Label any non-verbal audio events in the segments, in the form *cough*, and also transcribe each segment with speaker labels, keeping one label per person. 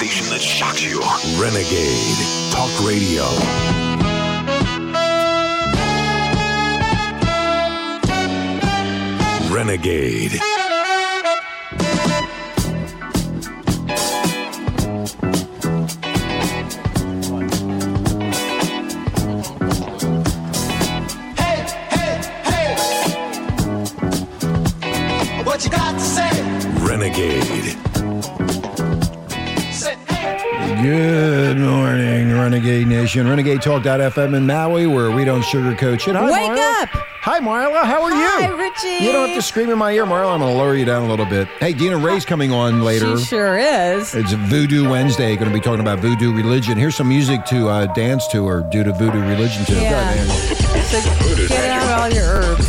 Speaker 1: something that shocks you. Renegade Talk Radio. Renegade.
Speaker 2: Hey, hey, hey. What you got to say?
Speaker 1: Renegade.
Speaker 2: Say, hey.
Speaker 3: Good morning, Renegade Nation. RenegadeTalk.fm in Maui, where we don't sugarcoat shit. Hi,
Speaker 4: Wake
Speaker 3: Marla.
Speaker 4: up!
Speaker 3: Hi, Marla. How are
Speaker 4: Hi,
Speaker 3: you?
Speaker 4: Richie.
Speaker 3: You don't have to scream in my ear, Marla. I'm going to lower you down a little bit. Hey, Dina Ray's coming on later.
Speaker 4: She sure is.
Speaker 3: It's Voodoo Wednesday. Going to be talking about voodoo religion. Here's some music to uh, dance to or do to voodoo religion to.
Speaker 4: Yeah.
Speaker 3: Go ahead,
Speaker 4: So get out all your herbs.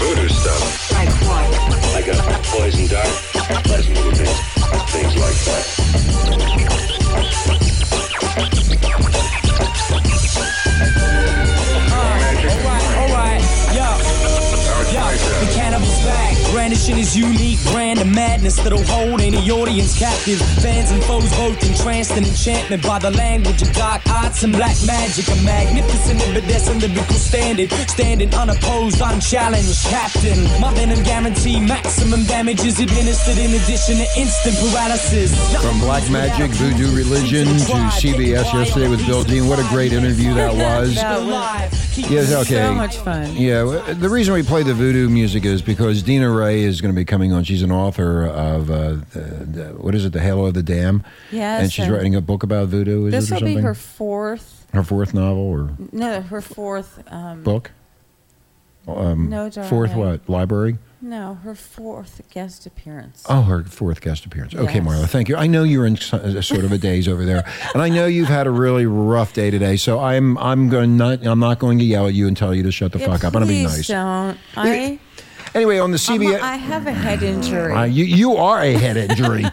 Speaker 5: voodoo stuff. Like what? Like a poison dart, pleasant little things, things like that.
Speaker 6: Alright, alright, yo, yo, the cannibal's back. Brandishing his unique brand of madness that'll hold any audience captive. Fans and foes both entranced and enchantment by the language of dark arts and black magic. A magnificent, iridescent lyrical standard. Standing unopposed, unchallenged, captain. My venom guarantee maximum damage is administered in addition to instant paralysis.
Speaker 3: From Black Magic, Voodoo Religion to CBS yesterday with Bill Dean. What a great interview
Speaker 4: *laughs*
Speaker 3: that was.
Speaker 4: That was
Speaker 3: Yes, okay.
Speaker 4: so much fun.
Speaker 3: Yeah, w- the reason we play the voodoo music is because Dina Ray is going to be coming on. She's an author of uh, the, the, what is it, The Halo of the Dam?
Speaker 4: Yes,
Speaker 3: and she's
Speaker 4: and-
Speaker 3: writing a book about voodoo. Is
Speaker 4: This
Speaker 3: it or
Speaker 4: will be
Speaker 3: something?
Speaker 4: her Mm, fourth.
Speaker 3: Her fourth novel or
Speaker 4: No, her fourth. Um,
Speaker 3: book? Um,
Speaker 4: No, darling.
Speaker 3: fourth what? Library?
Speaker 4: no, her fourth guest appearance.
Speaker 3: Oh, her fourth guest appearance. Okay,
Speaker 4: Yes.
Speaker 3: Marla, thank you. I know you're in so- uh, sort of a daze over there, *laughs* and I know you've had a really rough day today. So I'm I'm going not I'm not going to yell at you and tell you to shut the
Speaker 4: Yeah,
Speaker 3: fuck up. I'm going to be nice.
Speaker 4: please Don't. I,
Speaker 3: Anyway, on the CBS.
Speaker 4: I have a head
Speaker 3: *laughs*
Speaker 4: injury.
Speaker 3: Uh, you, you are a head
Speaker 4: *laughs*
Speaker 3: injury.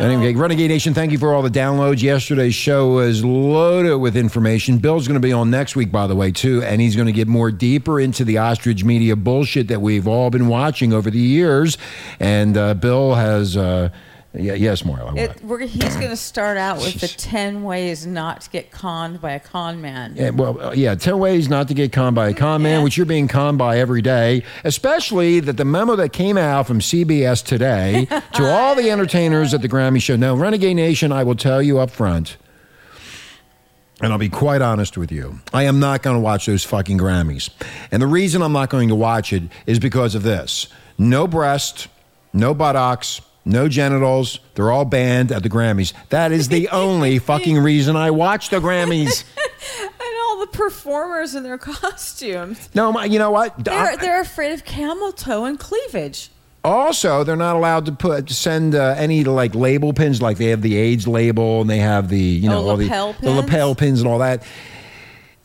Speaker 3: Anyway, Renegade Nation, thank you for all the downloads. Yesterday's show was loaded with information. Bill's going to be on next week, by the way, too, and he's going to get more deeper into the ostrich media bullshit that we've all been watching over the years. And uh, Bill has, uh, y- yes, Marla. what?
Speaker 4: It, we're, he's going to start out with the 10 ways not to get conned by a con man.
Speaker 3: Yeah, well, uh, yeah, 10 ways not to get conned by a con man,
Speaker 4: Yeah.
Speaker 3: which you're being conned by every day, especially that the memo that came out from CBS today to all the entertainers at the Grammy show. Now, Renegade Nation, I will tell you up front, and I'll be quite honest with you, I am not going to watch those fucking Grammys. And the reason I'm not going to watch it is because of this no breast, no buttocks. No genitals. They're all banned at the Grammys. That is the only fucking reason I watch the Grammys.
Speaker 4: And all the performers in their *laughs* costumes.
Speaker 3: No, my, you know what?
Speaker 4: They're,
Speaker 3: I-
Speaker 4: they're afraid of camel toe and cleavage.
Speaker 3: also, they're not allowed to put to send uh, any like label pins. Like they have the AIDS label and they have the you know
Speaker 4: Oh,
Speaker 3: all the,
Speaker 4: lapel
Speaker 3: the lapel pins and all that.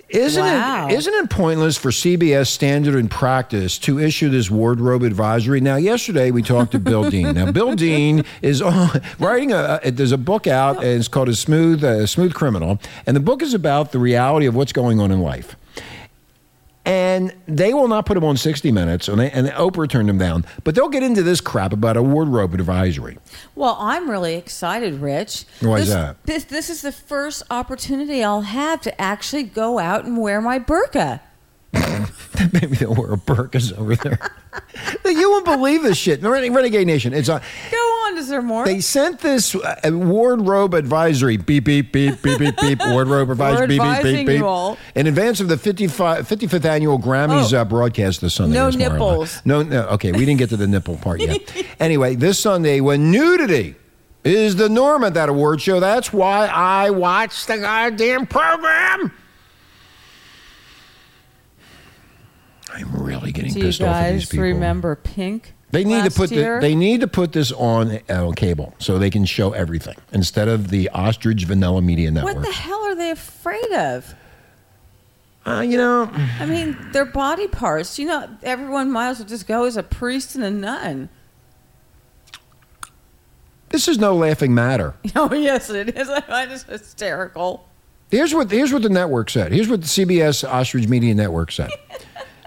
Speaker 3: Isn't
Speaker 4: Wow.
Speaker 3: it isn't it pointless for CBS standard and practice to issue this wardrobe advisory? Now, yesterday we talked to *laughs* Bill Dean. Now, Bill Dean is *laughs* on, writing a, a- there's a book out and it's called a smooth uh, smooth criminal, and the book is about the reality of what's going on in life. And they will not put him on 60 Minutes, and, they, and Oprah turned him down. But they'll get into this crap about a wardrobe advisory. *laughs*
Speaker 4: Well, I'm really excited, Rich.
Speaker 3: Why is
Speaker 4: this,
Speaker 3: that?
Speaker 4: This, this is the first opportunity I'll have to actually go out and wear my burqa.
Speaker 3: Maybe they'll wear burkas over there. *laughs* you won't believe this shit. Ren- Renegade Nation, it's on.
Speaker 4: Go on, is there more?
Speaker 3: They sent this uh, wardrobe advisory beep beep beep beep beep beep
Speaker 4: *laughs*
Speaker 3: wardrobe advisory beep beep
Speaker 4: advising
Speaker 3: beep
Speaker 4: you
Speaker 3: beep
Speaker 4: all.
Speaker 3: in advance of the 55, 55th annual Grammys
Speaker 4: Oh.
Speaker 3: uh, broadcast this Sunday.
Speaker 4: No
Speaker 3: Miss Marla.
Speaker 4: nipples.
Speaker 3: No, no. Okay, we didn't get to the nipple part yet.
Speaker 4: *laughs*
Speaker 3: anyway, this Sunday when nudity is the norm at that award show, that's why I watch the goddamn program. I'm really getting
Speaker 4: Do you
Speaker 3: pissed off at these
Speaker 4: guys
Speaker 3: people.
Speaker 4: remember Pink?
Speaker 3: They need to
Speaker 4: last
Speaker 3: put the,
Speaker 4: year?
Speaker 3: they need to put this on uh, cable so they can show everything instead of the ostrich vanilla media network.
Speaker 4: What the hell are they afraid of?
Speaker 3: Uh, you know,
Speaker 4: I mean, their body parts. You know, everyone might as well just go as a priest and a nun. *laughs*
Speaker 3: this is no laughing matter.
Speaker 4: Oh yes, it is. *laughs* I just hysterical.
Speaker 3: Here's what here's what the network said. Here's what the CBS Ostrich Media Network
Speaker 4: *laughs*
Speaker 3: said.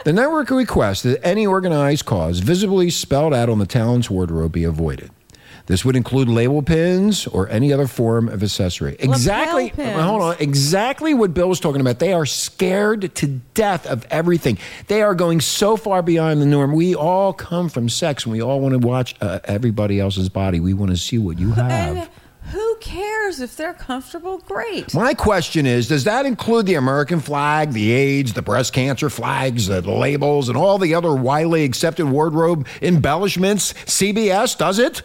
Speaker 3: the network requests that any organized cause visibly spelled out on the talent's wardrobe be avoided. This would include label pins or any other form of accessory. Exactly.
Speaker 4: pins.
Speaker 3: Hold on. Exactly what Bill was talking about. They are scared to death of everything. They are going so far beyond the norm. We all come from sex and we all want to watch uh, everybody else's body. We want to see what you have.
Speaker 4: And who cares if they're comfortable? Great.
Speaker 3: My question is Does that include the American flag, the AIDS, the breast cancer flags, the labels, and all the other widely accepted wardrobe embellishments? CBS does it?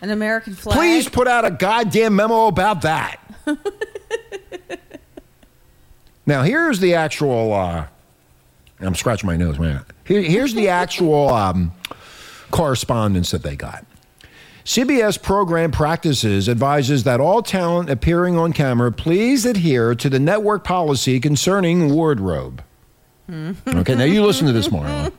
Speaker 4: An American flag.
Speaker 3: Please put out a goddamn memo about that. now, here's the actual. Uh, I'm scratching my nose, man. Here, here's the actual um, correspondence that they got. CBS program practices advises that all talent appearing on camera please adhere to the network policy concerning wardrobe.
Speaker 4: Hmm.
Speaker 3: Okay, now you listen to
Speaker 4: *laughs*
Speaker 3: this, Marlon.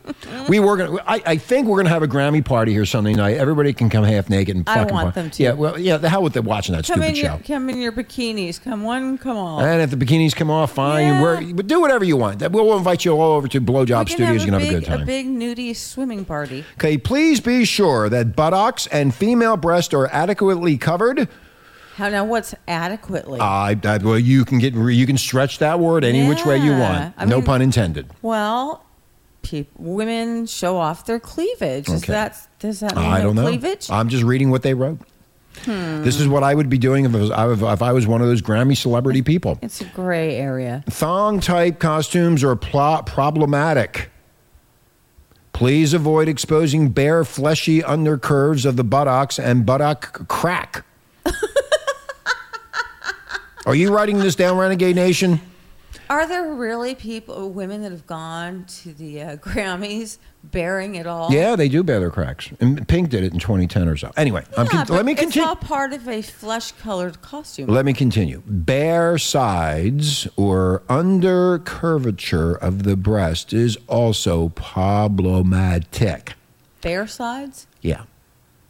Speaker 3: We were gonna. I, I think we're gonna have a Grammy party here Sunday night. Everybody can come half naked and
Speaker 4: I
Speaker 3: fucking.
Speaker 4: want
Speaker 3: par-
Speaker 4: them to.
Speaker 3: Yeah, well, yeah. The hell with the watching that
Speaker 4: come in
Speaker 3: stupid
Speaker 4: your
Speaker 3: show.
Speaker 4: come in your bikinis. Come one, come all.
Speaker 3: And if the bikinis come off, fine.
Speaker 4: Yeah.
Speaker 3: You wear, but do whatever you want. We'll invite you all over to Blowjob
Speaker 4: we can
Speaker 3: Studios. You can have
Speaker 4: have a
Speaker 3: a
Speaker 4: big,
Speaker 3: good time.
Speaker 4: big nudie swimming party.
Speaker 3: Okay, please be sure that buttocks and female breast are adequately covered.
Speaker 4: How now? What's adequately?
Speaker 3: I, I well, you can get you can stretch that word any which way you
Speaker 4: Yeah.
Speaker 3: want.
Speaker 4: I
Speaker 3: no
Speaker 4: mean-
Speaker 3: pun intended.
Speaker 4: well, peop women show off their cleavage. Is
Speaker 3: Okay.
Speaker 4: that does that mean
Speaker 3: I
Speaker 4: no
Speaker 3: don't know.
Speaker 4: cleavage? Hmm.
Speaker 3: I'm just reading what they wrote. This is what I would be doing if, it was, I was- if I was one of those Grammy celebrity people.
Speaker 4: it's a gray area.
Speaker 3: Thong type costumes are pl- problematic. Please avoid exposing bare, fleshy undercurves of the buttocks and buttock
Speaker 4: *laughs*
Speaker 3: crack. are you writing this down, Renegade Nation?
Speaker 4: Are there really people, women that have gone to the uh, *laughs* Grammys bearing it all?
Speaker 3: Yeah, they do bear their cracks. And Pink did it in 2010 or so. Anyway, I'm
Speaker 4: Yeah,
Speaker 3: con- let
Speaker 4: but
Speaker 3: me
Speaker 4: It's
Speaker 3: continue.
Speaker 4: all part of a flesh-colored costume.
Speaker 3: Let me continue. Bare sides or under curvature of the breast is also problematic.
Speaker 4: Bare sides?
Speaker 3: Yeah.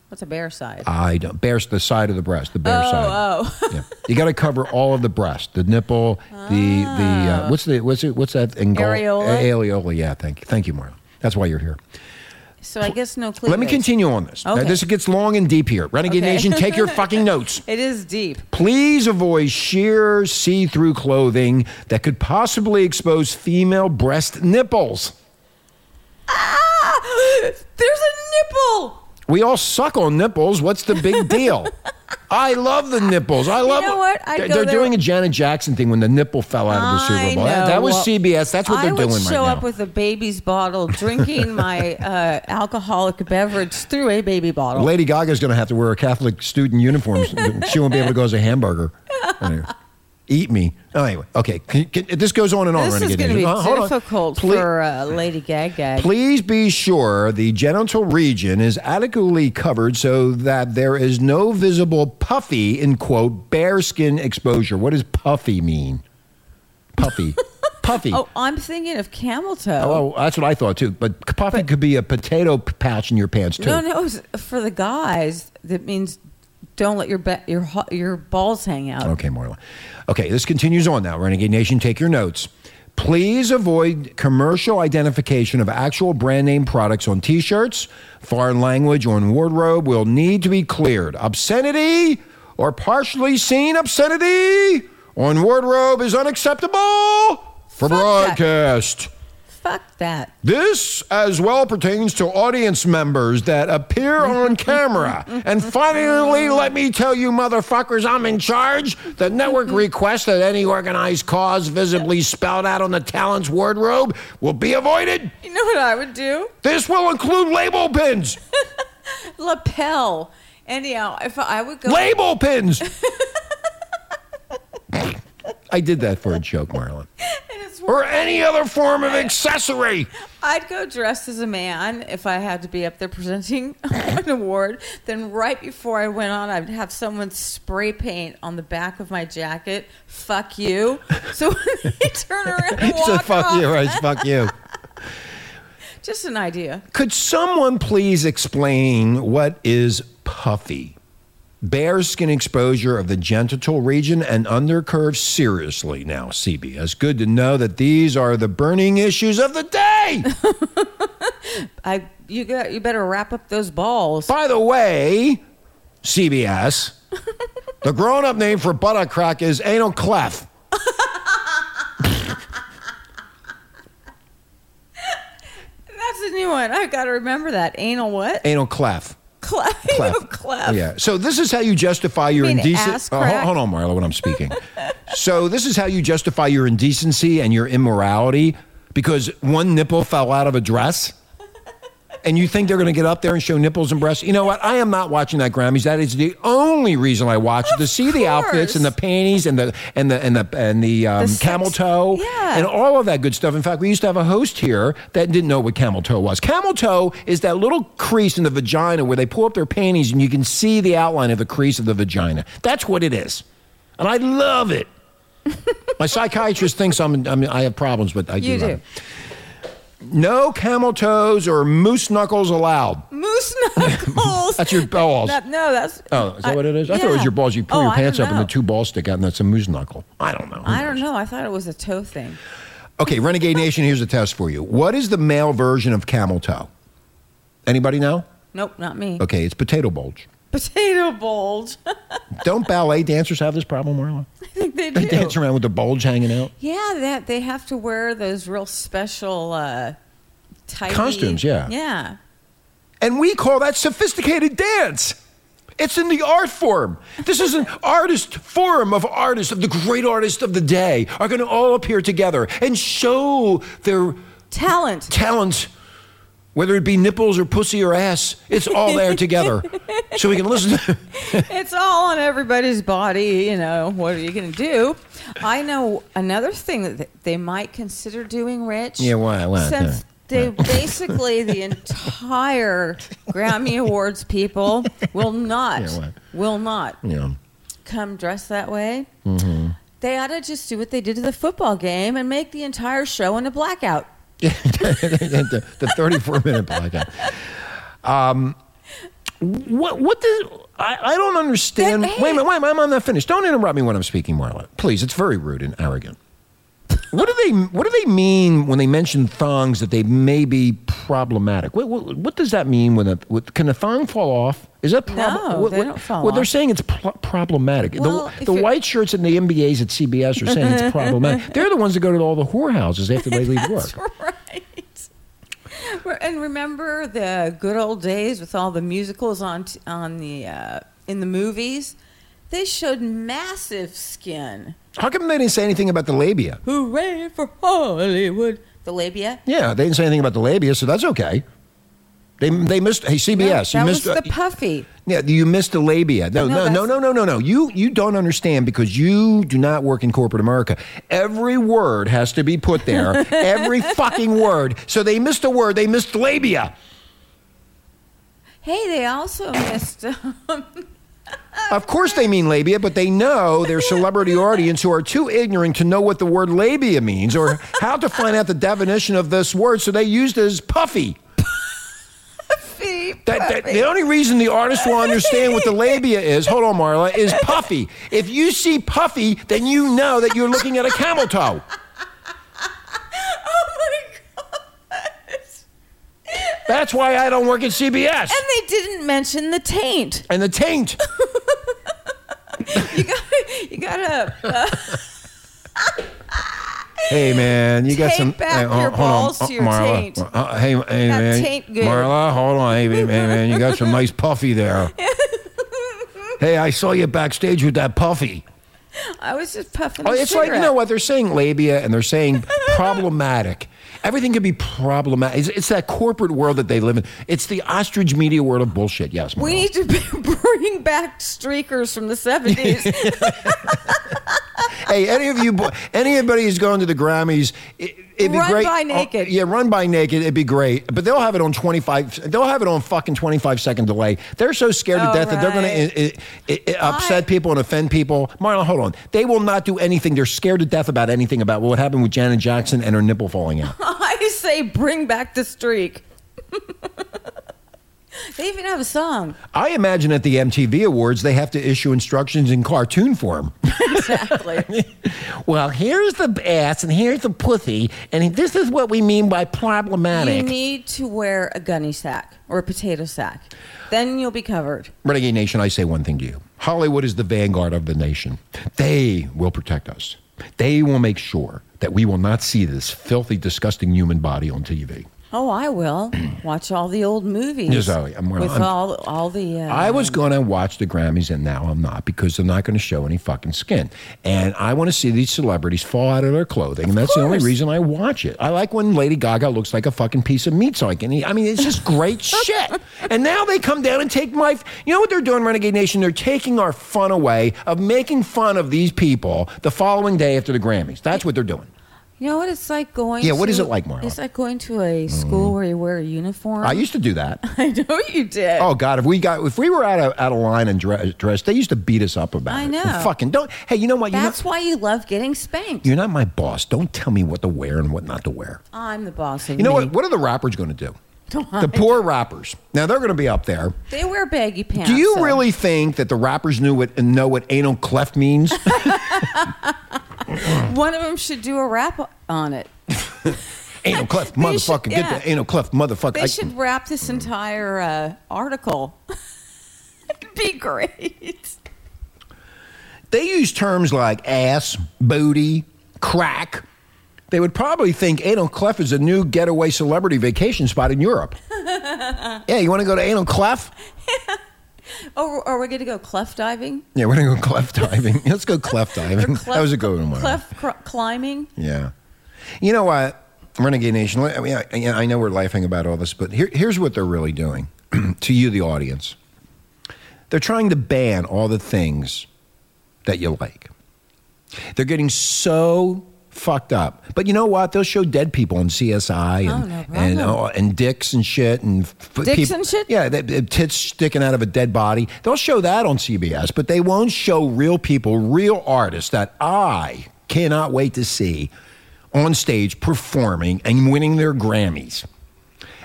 Speaker 4: What's a bare side?
Speaker 3: I don't. Bear's the side of the breast, the bare
Speaker 4: oh,
Speaker 3: side.
Speaker 4: oh.
Speaker 3: Yeah. You got to cover all of the breast, the nipple, the the uh, what's the what's it what's that engul-
Speaker 4: Ah. Areola?
Speaker 3: Areola, yeah. Thank you, thank you, Marla. That's why you're here.
Speaker 4: so I guess no cleavage.
Speaker 3: Let me continue on this. Now,
Speaker 4: Okay.
Speaker 3: this gets long and deep here. Renegade
Speaker 4: Okay.
Speaker 3: Nation, take
Speaker 4: *laughs*
Speaker 3: your fucking notes.
Speaker 4: It is deep.
Speaker 3: Please avoid sheer see through clothing that could possibly expose female breast nipples.
Speaker 4: Ah, There's a nipple.
Speaker 3: We all suck on nipples. What's the big
Speaker 4: *laughs*
Speaker 3: deal? I love the nipples. I love
Speaker 4: know what? I'd
Speaker 3: They're,
Speaker 4: go
Speaker 3: they're
Speaker 4: there-
Speaker 3: doing a Janet Jackson thing when the nipple fell out of the Super Bowl.
Speaker 4: I
Speaker 3: That,
Speaker 4: know.
Speaker 3: that was
Speaker 4: Well,
Speaker 3: CBS. That's what
Speaker 4: I
Speaker 3: they're
Speaker 4: would
Speaker 3: doing right
Speaker 4: show
Speaker 3: now.
Speaker 4: up with a baby's
Speaker 3: *laughs*
Speaker 4: bottle, drinking my uh, alcoholic beverage through a baby bottle.
Speaker 3: Lady Gaga's going to have to wear a Catholic student
Speaker 4: *laughs*
Speaker 3: uniform. she won't be able to go as a hamburger. Anyway, Eat me. Oh, anyway, okay. Can- can- this goes on and on.
Speaker 4: this is
Speaker 3: Renegade
Speaker 4: going to be
Speaker 3: Nation. Uh, hold on.
Speaker 4: difficult
Speaker 3: Please-
Speaker 4: for uh, Lady Gaga.
Speaker 3: Please be sure the genital region is adequately covered so that there is no visible puffy, in quote, bare skin exposure. What does puffy mean?
Speaker 4: *laughs*
Speaker 3: Puffy. puffy.
Speaker 4: Oh, I'm thinking of camel toe.
Speaker 3: Oh, that's what I thought too. But puffy could be a potato p- patch in your pants too.
Speaker 4: no, no, it's for the guys, that means don't let your be- your ho- your balls hang out.
Speaker 3: Okay, Marla. Okay, this continues on now. Renegade Nation, take your notes. Please avoid commercial identification of actual brand name products on t shirts. Foreign language on wardrobe will need to be cleared. Obscenity or partially seen obscenity on wardrobe is unacceptable for
Speaker 4: Fuck that.
Speaker 3: broadcast.
Speaker 4: Fuck that.
Speaker 3: This as well pertains to audience members that appear on camera. And finally, let me tell you, motherfuckers, I'm in charge. The network requests that any organized cause visibly spelled out on the talent's wardrobe will be avoided.
Speaker 4: You know what I would do?
Speaker 3: This will include label pins.
Speaker 4: Lapel. Anyhow, if I would go,
Speaker 3: Label pins. I did that for a joke, Marlon.
Speaker 4: it's
Speaker 3: Or any other form of accessory.
Speaker 4: I'd go dressed as a man if I had to be up there presenting *laughs* an award. Then right before I went on, I'd have someone spray paint on the back of my jacket. Fuck you. So *laughs* when they
Speaker 3: *laughs*
Speaker 4: turn around and
Speaker 3: It's a
Speaker 4: walk
Speaker 3: fuck
Speaker 4: off,
Speaker 3: you, right? Fuck you.
Speaker 4: just an idea.
Speaker 3: Could someone please explain what is puffy? Bare skin exposure of the genital region and undercurve. Seriously, now, CBS. Good to know that these are the burning issues of the day.
Speaker 4: I you got you better wrap up those balls.
Speaker 3: By the way, CBS. the grown up name for buttock crack is anal clef.
Speaker 4: That's a new one. I got to remember that. Anal what?
Speaker 3: Anal clef.
Speaker 4: Clef. *laughs*
Speaker 3: Clef.
Speaker 4: Anal clef.
Speaker 3: Yeah. So this is how you justify your
Speaker 4: mean
Speaker 3: indecent.
Speaker 4: ass
Speaker 3: Oh, hold,
Speaker 4: crack?
Speaker 3: hold on, Marla, when I'm speaking. so this is how you justify your indecency and your immorality because one nipple fell out of a dress. And you think they're going to get up there and show nipples and breasts? You know what? I am not watching that Grammys. That is the only reason I watch it, to
Speaker 4: Of
Speaker 3: see the outfits and the
Speaker 4: course.
Speaker 3: panties and the and the and the and the, um,
Speaker 4: sex-
Speaker 3: camel toe
Speaker 4: Yeah.
Speaker 3: and all of that good stuff. In fact, we used to have a host here that didn't know what camel toe was. Camel toe is that little crease in the vagina where they pull up their panties and you can see the outline of the crease of the vagina. That's what it is, and I love
Speaker 4: *laughs*
Speaker 3: it. My psychiatrist thinks I'm, I, mean, I have problems, but I
Speaker 4: You
Speaker 3: do. love
Speaker 4: do.
Speaker 3: it. No camel toes or moose knuckles allowed.
Speaker 4: Moose
Speaker 3: *laughs*
Speaker 4: knuckles.
Speaker 3: That's your balls.
Speaker 4: That- no, that's.
Speaker 3: Oh, is that
Speaker 4: I-
Speaker 3: what it is? I thought it was
Speaker 4: yeah.
Speaker 3: your balls. You pull
Speaker 4: Oh,
Speaker 3: your
Speaker 4: I don't
Speaker 3: pants up and the
Speaker 4: know.
Speaker 3: two balls stick out, and that's a moose knuckle. I don't know. Who
Speaker 4: I don't
Speaker 3: knows?
Speaker 4: know. I thought it was a toe thing.
Speaker 3: Okay, Renegade Nation, here's a test for you. What is the male version of camel toe? Anybody know?
Speaker 4: Nope, not me.
Speaker 3: Okay, it's potato bulge.
Speaker 4: Potato bulge. *laughs* I
Speaker 3: Don't ballet dancers have this problem, Marla? *laughs*
Speaker 4: think they do.
Speaker 3: They dance around with the bulge hanging out.
Speaker 4: Yeah, that they have to wear those real special uh, tidy
Speaker 3: Costumes, yeah.
Speaker 4: yeah.
Speaker 3: And we call that sophisticated dance. It's in the art form. This is an artist forum of artists, of the great artists of the day, are going to all appear together and show their *laughs*
Speaker 4: Talent.
Speaker 3: talent, whether it be nipples or pussy or ass, it's all there together. So we can listen
Speaker 4: *laughs*
Speaker 3: to
Speaker 4: It's all on everybody's body. You know what are you going to do? I know another thing that th- they might consider doing, Rich.
Speaker 3: Yeah, why- why?
Speaker 4: Since
Speaker 3: Yeah,
Speaker 4: they basically
Speaker 3: *laughs*
Speaker 4: the entire Grammy Awards people will
Speaker 3: *laughs*
Speaker 4: not
Speaker 3: Yeah, why?
Speaker 4: will not
Speaker 3: you know.
Speaker 4: come dressed that way.
Speaker 3: Mm-hmm.
Speaker 4: They ought to just do what they did to the football game and make the entire show in a blackout.
Speaker 3: the, the 34 minute podcast. Um, what what does I, I don't understand?
Speaker 4: That- hey.
Speaker 3: Wait a minute, wait a minute, I'm- I'm not finished. Don't interrupt me when I'm speaking, Marla. Please, it's very rude and arrogant. What do they What do they mean when they mention thongs that they may be problematic? What What, what does that mean? When a what, can a thong fall off? Is that prob-
Speaker 4: No,
Speaker 3: what,
Speaker 4: they
Speaker 3: what-
Speaker 4: don't fall
Speaker 3: Well, they're
Speaker 4: off.
Speaker 3: saying it's pl- problematic. The-
Speaker 4: Well,
Speaker 3: the
Speaker 4: if you're-
Speaker 3: white shirts and the MBAs at CBS are saying
Speaker 4: *laughs*
Speaker 3: it's problematic. They're the ones that go to all the whorehouses after they leave work.
Speaker 4: That's *laughs* right. Re- And remember the good old days with all the musicals on t- on the uh, in the movies. They showed massive skin.
Speaker 3: How come they didn't say anything about the labia?
Speaker 4: Hooray for Hollywood! The labia.
Speaker 3: Yeah, they didn't say anything about the labia, so that's okay. They, they missed. Hey, CBS,
Speaker 4: that
Speaker 3: you
Speaker 4: was
Speaker 3: missed.
Speaker 4: the puffy.
Speaker 3: yeah, you missed the labia. No,
Speaker 4: No,
Speaker 3: no, no,
Speaker 4: that's-
Speaker 3: no, no, no, no. You you don't understand because you do not work in corporate America. Every word has to be put
Speaker 4: *laughs*
Speaker 3: there. Every fucking word. So they missed a word. They missed labia.
Speaker 4: Hey, they also missed. Um,
Speaker 3: Of course they mean labia, but they know their celebrity audience who are too ignorant to know what the word labia means or how to find out the definition of this word. So they used it as puffy.
Speaker 4: puffy,
Speaker 3: That, that,
Speaker 4: puffy.
Speaker 3: the only reason the artist will understand
Speaker 4: *laughs*
Speaker 3: what the labia is, hold on, Marla, is puffy. If you see puffy, then you know that you're looking at a camel toe.
Speaker 4: *laughs* oh my gosh.
Speaker 3: That's why I don't work at CBS.
Speaker 4: And they didn't mention the taint.
Speaker 3: And the
Speaker 4: *laughs*
Speaker 3: taint.
Speaker 4: You got you gotta uh,
Speaker 3: Hey, man, you got
Speaker 4: Take
Speaker 3: some.
Speaker 4: back
Speaker 3: hey, hol-
Speaker 4: your
Speaker 3: hold
Speaker 4: balls
Speaker 3: on,
Speaker 4: to your
Speaker 3: Marla,
Speaker 4: taint.
Speaker 3: uh, hey, hey
Speaker 4: That
Speaker 3: man,
Speaker 4: taint good.
Speaker 3: Marla, hold on, hey, hey, man, you got some
Speaker 4: *laughs*
Speaker 3: nice puffy there. hey, I saw you backstage with that puffy.
Speaker 4: I was just puffing.
Speaker 3: Oh,
Speaker 4: a
Speaker 3: it's like you know
Speaker 4: cigarette.
Speaker 3: what they're saying labia and they're saying *laughs* problematic. Everything can be problematic. It's, it's that corporate world that they live in. It's the ostrich media world of bullshit. Yes,
Speaker 4: We
Speaker 3: Marla.
Speaker 4: need to *laughs* bring back streakers from
Speaker 3: *laughs*
Speaker 4: the seventies.
Speaker 3: hey, any of you, bo- anybody who's going to the Grammys, it, it'd be
Speaker 4: Run
Speaker 3: great.
Speaker 4: by naked.
Speaker 3: Oh, yeah, run by naked. It'd be great. But they'll have it on twenty five. They'll have it on fucking twenty five second delay. They're so scared to
Speaker 4: Oh,
Speaker 3: death that they're going
Speaker 4: right.
Speaker 3: to upset
Speaker 4: I-
Speaker 3: people and offend people. Marla, hold on. They will not do anything. They're scared to death about anything about what happened with Janet Jackson and her nipple falling out.
Speaker 4: *laughs* I say bring back the streak. *laughs* they even have a song.
Speaker 3: I imagine at the MTV Awards, they have to issue instructions in cartoon form. *laughs*
Speaker 4: exactly.
Speaker 7: Well, here's the ass and here's the pussy, and this is what we mean by
Speaker 4: you
Speaker 7: problematic.
Speaker 4: need to wear a gunny sack or a potato sack. Then you'll be covered.
Speaker 3: Renegade Nation, I say one thing to you Hollywood is the vanguard of the nation. They will protect us, they will make sure that we will not see this filthy, disgusting human body on TV.
Speaker 4: Oh, I
Speaker 3: *clears throat*
Speaker 4: will watch all the old movies.
Speaker 3: Yes, I- I'm-
Speaker 4: with
Speaker 3: I'm-
Speaker 4: all all the. Uh,
Speaker 3: I was going to watch the Grammys, and now I'm not because they're not going to show any fucking skin. And I want to see these celebrities fall out of their clothing, and that's the only
Speaker 4: course.
Speaker 3: reason I watch it. I like when Lady Gaga looks like a fucking piece of meat, so I can eat. I mean, it's just
Speaker 4: *laughs*
Speaker 3: great shit. And now they come down and take my. f- You know what they're doing, Renegade Nation? They're taking our fun away of making fun of these people the following day after the Grammys. That's what they're doing.
Speaker 4: you know what it's like going.
Speaker 3: Yeah, what is
Speaker 4: to-
Speaker 3: it like, Marla? Mm.
Speaker 4: It's like going to a school where you wear a uniform.
Speaker 3: I used to do that.
Speaker 4: *laughs* I know you did.
Speaker 3: Oh God! If we got if we were out of out of line and dre- dressed, they used to beat us up about
Speaker 4: I
Speaker 3: it.
Speaker 4: know.
Speaker 3: Fucking don't. Hey, you know what? You're not-
Speaker 4: That's why you love getting spanked.
Speaker 3: You're not my boss. Don't tell me what to wear and what not to wear.
Speaker 4: I'm the boss of
Speaker 3: You know
Speaker 4: me.
Speaker 3: what? What are the rappers going to do? The poor rappers. Now they're going to be up there.
Speaker 4: They wear baggy pants.
Speaker 3: Do you
Speaker 4: so-
Speaker 3: really think that the rappers knew what know what anal cleft
Speaker 4: *laughs*
Speaker 3: means?
Speaker 4: One of them should do a rap on it.
Speaker 3: anal cleft,
Speaker 4: They should-
Speaker 3: motherfucker.
Speaker 4: yeah.
Speaker 3: Get the anal cleft, motherfucker.
Speaker 4: They
Speaker 3: I-
Speaker 4: should wrap this entire uh, article. *laughs* it could be great.
Speaker 3: they use terms like ass, booty, crack. They would probably think anal cleft is a new getaway celebrity vacation spot in
Speaker 4: *laughs*
Speaker 3: Europe. yeah, you want to go to anal cleft?
Speaker 4: Oh, are we going to go cleft diving?
Speaker 3: Yeah, we're gonna go cleft diving. *laughs* Let's go cleft diving.
Speaker 4: Cleft-
Speaker 3: that was a good one. Mark.
Speaker 4: Cleft cr- climbing.
Speaker 3: Yeah. You know what, Renegade Nation? I, mean, I, yeah, I know we're laughing about all this, but here, here's what they're really doing *clears throat* to you, the audience. They're trying to ban all the things that you like. They're getting so fucked up. But you know what? They'll show dead people on CSI
Speaker 4: Oh,
Speaker 3: and
Speaker 4: no
Speaker 3: and,
Speaker 4: problem.
Speaker 3: uh, and dicks and shit and f-
Speaker 4: Dicks
Speaker 3: peop-
Speaker 4: and shit?
Speaker 3: Yeah, they, they- tits sticking out of a dead body. They'll show that on CBS, but they won't show real people, real artists that I cannot wait to see on stage performing and winning their Grammys.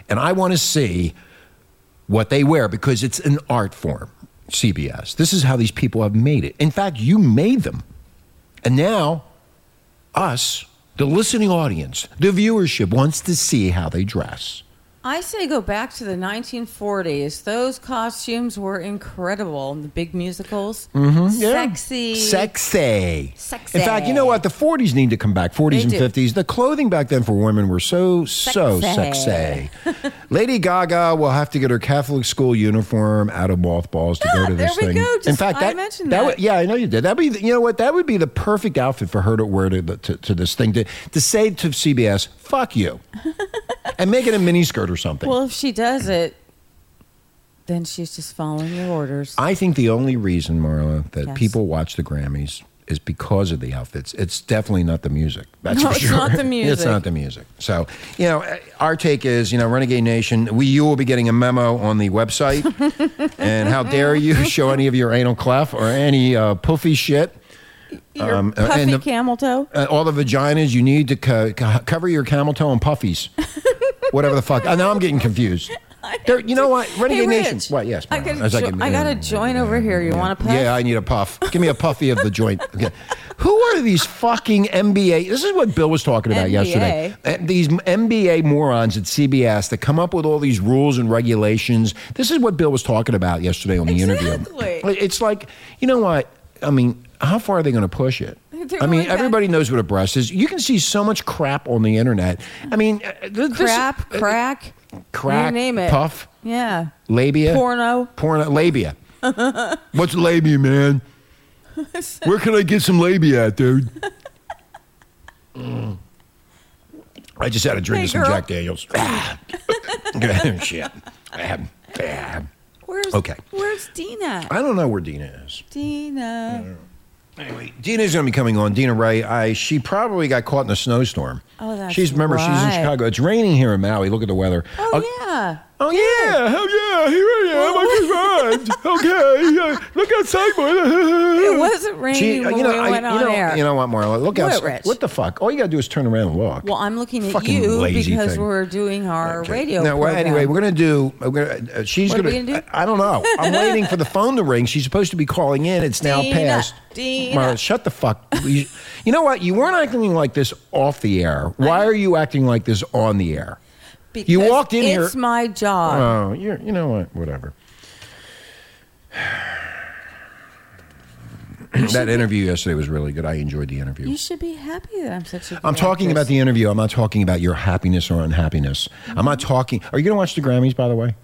Speaker 3: And I want to see what they wear because it's an art form. CBS. This is how these people have made it. In fact, you made them. And now, us, the listening audience, the viewership wants to see how they dress.
Speaker 4: I say go back to the 1940s. Those costumes were incredible. The big musicals. Mm-hmm. Sexy.
Speaker 3: Sexy.
Speaker 4: Sexy.
Speaker 3: In fact, you know what? The 40s need to come back. 40s and
Speaker 4: do.
Speaker 3: 50s. The clothing back then for women were so, so
Speaker 4: Sexy.
Speaker 3: sexy.
Speaker 4: *laughs*
Speaker 3: Lady Gaga will have to get her Catholic school uniform out of mothballs to
Speaker 4: Ah,
Speaker 3: go to this
Speaker 4: there we
Speaker 3: thing.
Speaker 4: go.
Speaker 3: in
Speaker 4: Just-
Speaker 3: fact,
Speaker 4: I
Speaker 3: that,
Speaker 4: mentioned that.
Speaker 3: would- yeah, I know you did. That would be, the- you know what? That would be the perfect outfit for her to wear to, to, to this thing to, to say to CBS, "Fuck
Speaker 4: *laughs*
Speaker 3: you," and make it a miniskirt or something.
Speaker 4: Well, if she does it, then she's just following your orders.
Speaker 3: I think the only reason, Marla, that
Speaker 4: Yes.
Speaker 3: people watch the Grammys is because of the outfits. It's definitely not the music. That's
Speaker 4: No,
Speaker 3: for
Speaker 4: it's
Speaker 3: sure.
Speaker 4: not the
Speaker 3: *laughs* it's
Speaker 4: music.
Speaker 3: not the music. So, you know, uh, our take is, you know, Renegade Nation, we you will be getting a memo on the
Speaker 4: *laughs*
Speaker 3: website. and how dare you show any of your anal clef or any uh, puffy shit?
Speaker 4: Your
Speaker 3: um, uh,
Speaker 4: puffy
Speaker 3: and the-
Speaker 4: camel toe.
Speaker 3: Uh, all the vaginas you need to co- co- cover your camel toe and
Speaker 4: *laughs*
Speaker 3: puffies. Whatever the fuck. Uh, now I'm getting confused. There, you know what? Renegade
Speaker 4: *laughs* Hey,
Speaker 3: Nation.
Speaker 4: Rich,
Speaker 3: What? Yes.
Speaker 4: I
Speaker 3: Marla,
Speaker 4: gotta
Speaker 3: as
Speaker 4: jo-
Speaker 3: can-
Speaker 4: I gotta join over here. You want to puff?
Speaker 3: Yeah, I need a puff. Give me a puffy of the joint. *laughs* Okay. Who are these fucking MBA? This is what Bill was talking about
Speaker 4: NBA.
Speaker 3: yesterday. Uh, These MBA morons at CBS that come up with all these rules and regulations. This is what Bill was talking about yesterday on the
Speaker 4: Exactly.
Speaker 3: interview. It's like, you know what? I mean, how far are they going to push it?
Speaker 4: *laughs* They're
Speaker 3: I mean,
Speaker 4: going back-
Speaker 3: everybody knows what a breast is. You can see so much crap on the internet. I mean, uh, th- this-
Speaker 4: Crap,
Speaker 3: uh,
Speaker 4: crack,
Speaker 3: crack,
Speaker 4: you name it.
Speaker 3: puff,
Speaker 4: Yeah.
Speaker 3: labia,
Speaker 4: Porno.
Speaker 3: Porno
Speaker 4: *laughs*
Speaker 3: labia. What's labia, man? Where can I get some labia at, dude? Mm. I just had a drink
Speaker 4: Hey,
Speaker 3: of some
Speaker 4: girl.
Speaker 3: Jack Daniels.
Speaker 4: *laughs*
Speaker 3: *laughs* Shit. Um, um,
Speaker 4: Where's
Speaker 3: Okay.
Speaker 4: Where's Dina?
Speaker 3: I don't know where Dina is.
Speaker 4: Dina.
Speaker 3: Uh, Anyway, Dina's going to be coming on. Dina Ray, I, she probably got caught in a snowstorm.
Speaker 4: Oh, that's
Speaker 3: She's remember she's in
Speaker 4: right.
Speaker 3: Chicago. It's raining here in Maui. Look at the weather.
Speaker 4: Oh
Speaker 3: Oh,
Speaker 4: yeah.
Speaker 3: oh yeah, hell yeah! yeah, here I am. I survived.
Speaker 4: *laughs*
Speaker 3: Okay, yeah, look outside, *laughs* Marla.
Speaker 4: It wasn't
Speaker 3: mm.
Speaker 4: raining
Speaker 3: Gee, uh,
Speaker 4: when
Speaker 3: you know,
Speaker 4: we
Speaker 3: I-
Speaker 4: went
Speaker 3: you
Speaker 4: on
Speaker 3: know,
Speaker 4: air.
Speaker 3: You know what, Marla? Look
Speaker 4: We're
Speaker 3: outside.
Speaker 4: rich.
Speaker 3: What the fuck? All you gotta do is turn around and look.
Speaker 4: well, I'm looking at
Speaker 3: Fucking
Speaker 4: you
Speaker 3: lazy
Speaker 4: because
Speaker 3: thing.
Speaker 4: we're doing our radio.
Speaker 3: No, well,
Speaker 4: program.
Speaker 3: anyway, we're gonna do. We're gonna, uh, she's
Speaker 4: What are
Speaker 3: gonna.
Speaker 4: we gonna do?
Speaker 3: I, I don't know.
Speaker 4: *laughs*
Speaker 3: I'm waiting for the phone to ring. She's supposed to be calling in. It's now
Speaker 4: Dina,
Speaker 3: past.
Speaker 4: Dina.
Speaker 3: Marla, shut the fuck. You, you know what? You weren't acting like this off the air. Why are you acting like this on the air?
Speaker 4: because
Speaker 3: you walked in here-
Speaker 4: It's my job.
Speaker 3: Oh, you're, you know what? Whatever. that interview yesterday was really good. I enjoyed the interview.
Speaker 4: you should be happy that I'm such a. Good
Speaker 3: I'm talking about
Speaker 4: actress.
Speaker 3: the interview. I'm not talking about your happiness or unhappiness. I'm not talking. Are you going to watch the Grammys, by the way?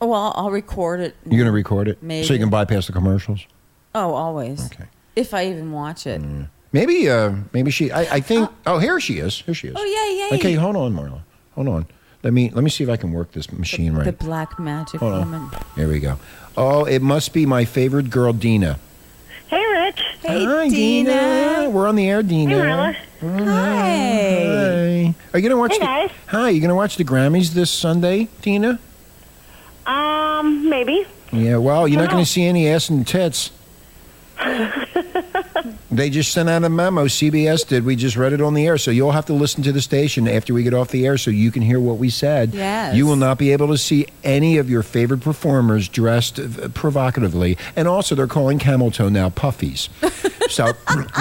Speaker 4: Oh, Well, I'll record it.
Speaker 3: You're going to record it so
Speaker 4: Maybe.
Speaker 3: you can bypass the commercials.
Speaker 4: Oh, always.
Speaker 3: Okay.
Speaker 4: If I even watch it.
Speaker 3: Maybe, uh, maybe she. I, I think. oh, here she is. Here she is.
Speaker 4: Oh, yay, yay.
Speaker 3: Okay, hold on, Marla. Hold on. Let me let me see if I can work this machine
Speaker 4: The
Speaker 3: right.
Speaker 4: black magic
Speaker 3: Hold on.
Speaker 4: woman.
Speaker 3: There we go. Oh, it must be my favorite girl, Dina.
Speaker 8: Hey, Rich.
Speaker 4: Hey,
Speaker 3: Hi,
Speaker 4: Dina.
Speaker 3: We're on the air, Dina.
Speaker 8: Hey, Marla.
Speaker 3: Hi.
Speaker 4: Hi.
Speaker 3: Are you gonna watch?
Speaker 8: Hey,
Speaker 3: the,
Speaker 8: guys.
Speaker 3: Hi. You gonna watch the Grammys this Sunday, Dina?
Speaker 8: Um, maybe.
Speaker 3: Yeah. Well, you're not
Speaker 8: No.
Speaker 3: gonna see any ass and tits. they just sent out a memo. CBS did. We just read it on the air, so you'll have to listen to the station after we get off the air, so you can hear what we said.
Speaker 4: Yes.
Speaker 3: You will not be able to see any of your favorite performers dressed uh, provocatively, and also they're calling camel toe now puffies. So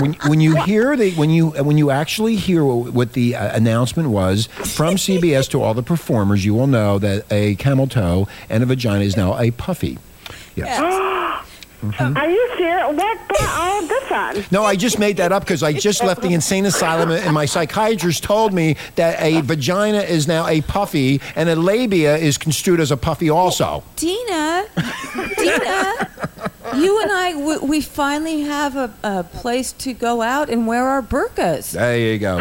Speaker 3: when, when you hear the when you when you actually hear what, what the uh, announcement was from CBS to all the performers, you will know that a camel toe and a vagina is now a puffy. Yes. Mm-hmm.
Speaker 8: Are you serious? What brought all of this on?
Speaker 3: No, I just made that up because I just left the insane asylum and my psychiatrist told me that a vagina is now a puffy and a labia is construed as a puffy also.
Speaker 4: Dina, Dina, you and I, we, we finally have a, a place to go out and wear our burkas.
Speaker 3: There you go.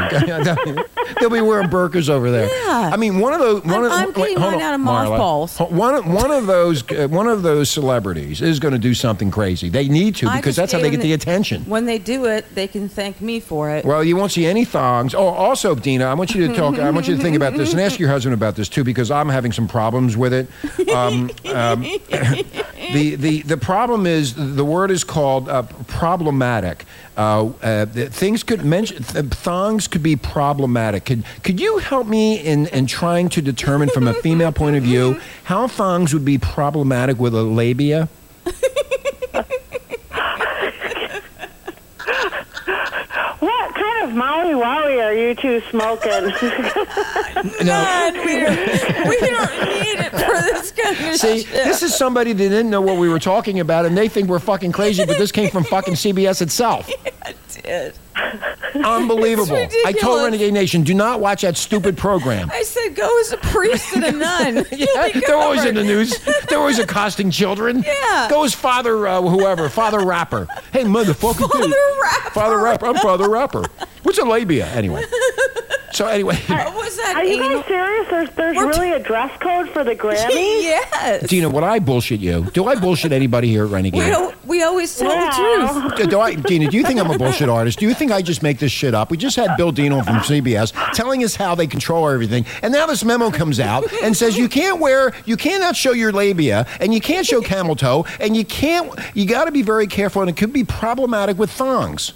Speaker 3: *laughs* They'll be wearing burkas over there.
Speaker 4: Yeah.
Speaker 3: I mean, one of those. One
Speaker 4: I'm-
Speaker 3: of,
Speaker 4: I'm
Speaker 3: wait,
Speaker 4: getting
Speaker 3: hold
Speaker 4: mine
Speaker 3: on,
Speaker 4: out of
Speaker 3: Marla.
Speaker 4: mothballs.
Speaker 3: Ho- One, one of those. Uh, one of those celebrities is going to do something crazy. They need to
Speaker 4: I
Speaker 3: because
Speaker 4: just
Speaker 3: that's how
Speaker 4: gave
Speaker 3: they
Speaker 4: him
Speaker 3: get the
Speaker 4: the-
Speaker 3: attention.
Speaker 4: When they do it, they can thank me for it.
Speaker 3: Well, you won't see any thongs. Oh, also, Dina, I want you to talk. I want you to think about this and ask your husband about this too, because I'm having some problems with it. Um, um, *laughs* the, the the problem is the word is called uh, problematic. Uh, uh, th- things could mention th- thongs could be problematic. Could could you help me in in trying to determine from a female point of view how thongs would be problematic with a labia?
Speaker 8: What kind of Maui Wowie are you two smoking?
Speaker 3: *laughs*
Speaker 4: God, we, don't, we don't need it for this *laughs* kind of
Speaker 3: See,
Speaker 4: shit.
Speaker 3: this is somebody that didn't know what we were talking about, and they think we're fucking crazy, but this came from fucking CBS
Speaker 4: *laughs*
Speaker 3: itself.
Speaker 4: Dude.
Speaker 3: Unbelievable.
Speaker 4: It's
Speaker 3: I told
Speaker 4: ridiculous.
Speaker 3: Renegade Nation, do not watch that stupid
Speaker 4: *laughs*
Speaker 3: program.
Speaker 4: I said, go as a
Speaker 3: *laughs*
Speaker 4: priest and a nun.
Speaker 3: Yeah, *laughs* they're always in the news. They're always accosting children.
Speaker 4: Yeah.
Speaker 3: Go as Father uh, whoever, Father Rapper. Hey, motherfucker. dude.
Speaker 4: *laughs*
Speaker 3: Father
Speaker 4: Father Rapper.
Speaker 3: Rapper. I'm Father Rapper. What's a labia?
Speaker 4: *laughs*
Speaker 3: Anyway. So anyway,
Speaker 4: What was that?
Speaker 8: Are you
Speaker 4: anal-
Speaker 8: guys serious? There's, there's
Speaker 4: We're t-
Speaker 8: really a dress code for the
Speaker 4: *laughs*
Speaker 8: Grammy?
Speaker 4: yes.
Speaker 3: Dina, would I bullshit you? Do I bullshit anybody here at Renegade?
Speaker 4: We, al- we always tell the truth.
Speaker 8: Wow.
Speaker 3: Uh, Do- do I, Dina, do you think I'm a bullshit artist? Do you think I just make this shit up? We just had Bill Dino from CBS telling us how they control everything, and now this memo comes out and says you can't wear, you cannot show your labia, and you can't show camel toe, and you can't, you got to be very careful, and it could be problematic with thongs.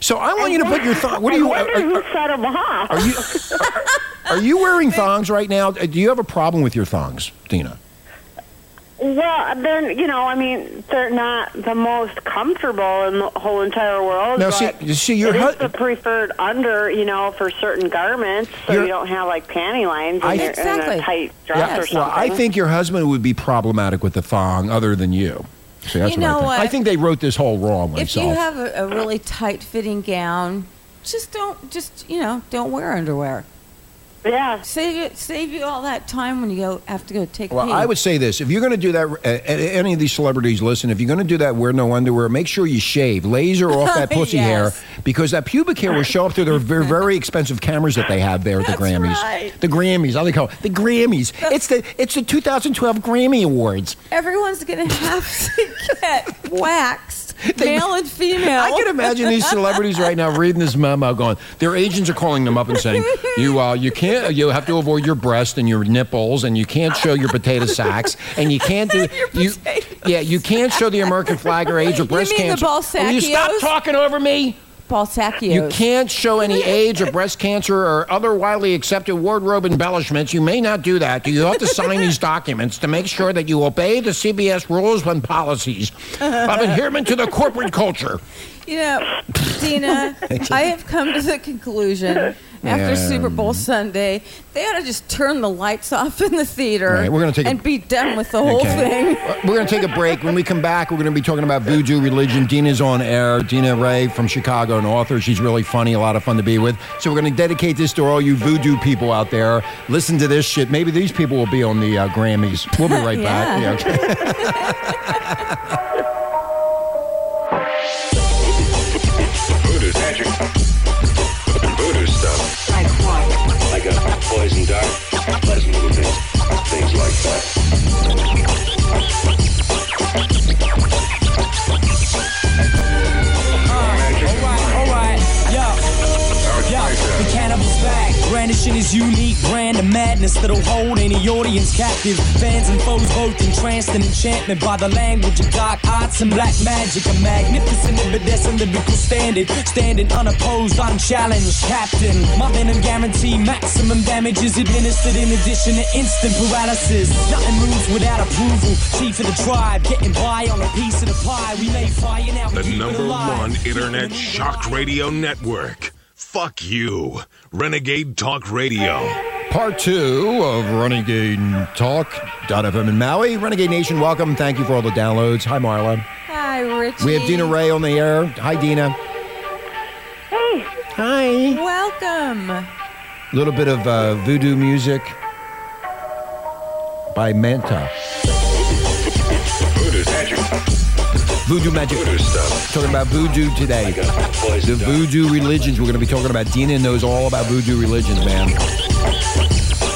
Speaker 3: So I want you to put your thong. *laughs* What are
Speaker 8: I
Speaker 3: you?
Speaker 8: wonder
Speaker 3: Are,
Speaker 8: who set them off.
Speaker 3: are you? Are, are you wearing thongs right now? Uh, Do you have a problem with your thongs, Dina?
Speaker 8: Well, they're you know, I mean, they're not the most comfortable in the whole entire world.
Speaker 3: Now,
Speaker 8: but
Speaker 3: see- you see, your
Speaker 8: Oh, it is
Speaker 3: hus-
Speaker 8: the preferred under, you know, for certain garments, so
Speaker 3: Your-
Speaker 8: you don't have like panty lines
Speaker 3: I-
Speaker 8: and you're in
Speaker 4: Exactly.
Speaker 8: a tight dress or something.
Speaker 3: Well, I think your husband would be problematic with the thong, other than you. See, that's
Speaker 4: You
Speaker 3: what I
Speaker 4: know
Speaker 3: think.
Speaker 4: what?
Speaker 3: I think they wrote this whole wrong
Speaker 4: if
Speaker 3: themselves.
Speaker 4: you have a, a really tight fitting gown, just don't just you know don't wear underwear.
Speaker 8: yeah.
Speaker 4: Save it, save you all that time when you go have to go take.
Speaker 3: well,
Speaker 4: pee.
Speaker 3: I would say this: if you're going to do that, uh, a- any of these celebrities, listen. If you're going to do that, wear no underwear. Make sure you shave, laser off
Speaker 4: *laughs*
Speaker 3: that pussy
Speaker 4: Yes.
Speaker 3: hair, because that pubic hair will show up through their
Speaker 4: *laughs*
Speaker 3: very, very expensive cameras that they have there at the
Speaker 4: That's
Speaker 3: Grammys.
Speaker 4: right.
Speaker 3: The Grammys, I think call it the Grammys. It's the it's the 2012 Grammy Awards.
Speaker 4: *laughs*
Speaker 3: *laughs*
Speaker 4: Everyone's gonna have to get waxed male and female.
Speaker 3: I can imagine
Speaker 4: *laughs*
Speaker 3: these celebrities right now reading this memo, going, their agents are calling them up and saying, "You, uh, you can't. You have to avoid your breast and your nipples, and you can't show your potato sacks, and you can't
Speaker 4: *laughs*
Speaker 3: do. you, yeah, you can't show the American flag or age or breast
Speaker 4: mean the
Speaker 3: cancer. Will you
Speaker 4: Balsacchios?
Speaker 3: stop talking over me?
Speaker 4: Balsacchios.
Speaker 3: You can't show any age or breast cancer or other widely accepted wardrobe embellishments. You may not do that. You have to sign these documents to make sure that you obey the CBS rules and policies of adherence to the corporate culture.
Speaker 4: You know,
Speaker 3: *laughs*
Speaker 4: Dina, I have come to the conclusion after Super Bowl Sunday, they ought to just turn the lights off in the theater
Speaker 3: All right, we're gonna take a-
Speaker 4: and be done with the whole
Speaker 3: Okay.
Speaker 4: thing.
Speaker 3: Uh, We're going to take a break. When we come back, we're going to be talking about voodoo religion. Dina's on air. Dina Ray from Chicago, an author. She's really funny, a lot of fun to be with. So we're going to dedicate this to all you voodoo people out there. Listen to this shit. Maybe these people will be on the uh, Grammys. We'll be right back.
Speaker 4: Yeah.
Speaker 3: okay.
Speaker 5: Voodoo magic. Voodoo stuff.
Speaker 9: Like what?
Speaker 5: Like a poison dart. Pleasant little things. Things like that.
Speaker 6: Alright, alright, yo. Yo, the cannibal's back, brandishing his unique brand of madness that'll hold any audience captive. Fans and foes both entranced and enchantment by the language of dark arts and black magic. A magnificent, iridescent lyrical standard, standing unopposed, unchallenged, captain. My venom guarantee maximum damage is administered in addition to instant paralysis. Nothing moves without approval. Chief of the tribe, getting by on a piece of the pie. We may fire now. we
Speaker 1: The
Speaker 6: keep it
Speaker 1: number
Speaker 6: alive.
Speaker 1: one
Speaker 6: Keep it
Speaker 1: internet
Speaker 6: alive.
Speaker 1: shock radio network. Fuck you. Renegade Talk Radio.
Speaker 3: Part two of Renegade Talk. FM in Maui. Renegade Nation, welcome. Thank you for all the downloads. Hi, Marla.
Speaker 4: Hi, Richie.
Speaker 3: We have Dina Ray on the air. Hi, Dina.
Speaker 8: Hey,
Speaker 3: Hi.
Speaker 4: Welcome.
Speaker 3: A little bit of uh, voodoo music by Manta.
Speaker 5: Voodoo magic.
Speaker 3: Voodoo magic.
Speaker 5: Voodoo stuff.
Speaker 3: Talking about voodoo today.
Speaker 5: Like a
Speaker 3: The
Speaker 5: poison dart.
Speaker 3: voodoo religions we're going to be talking about. Dina knows all about voodoo religions, man.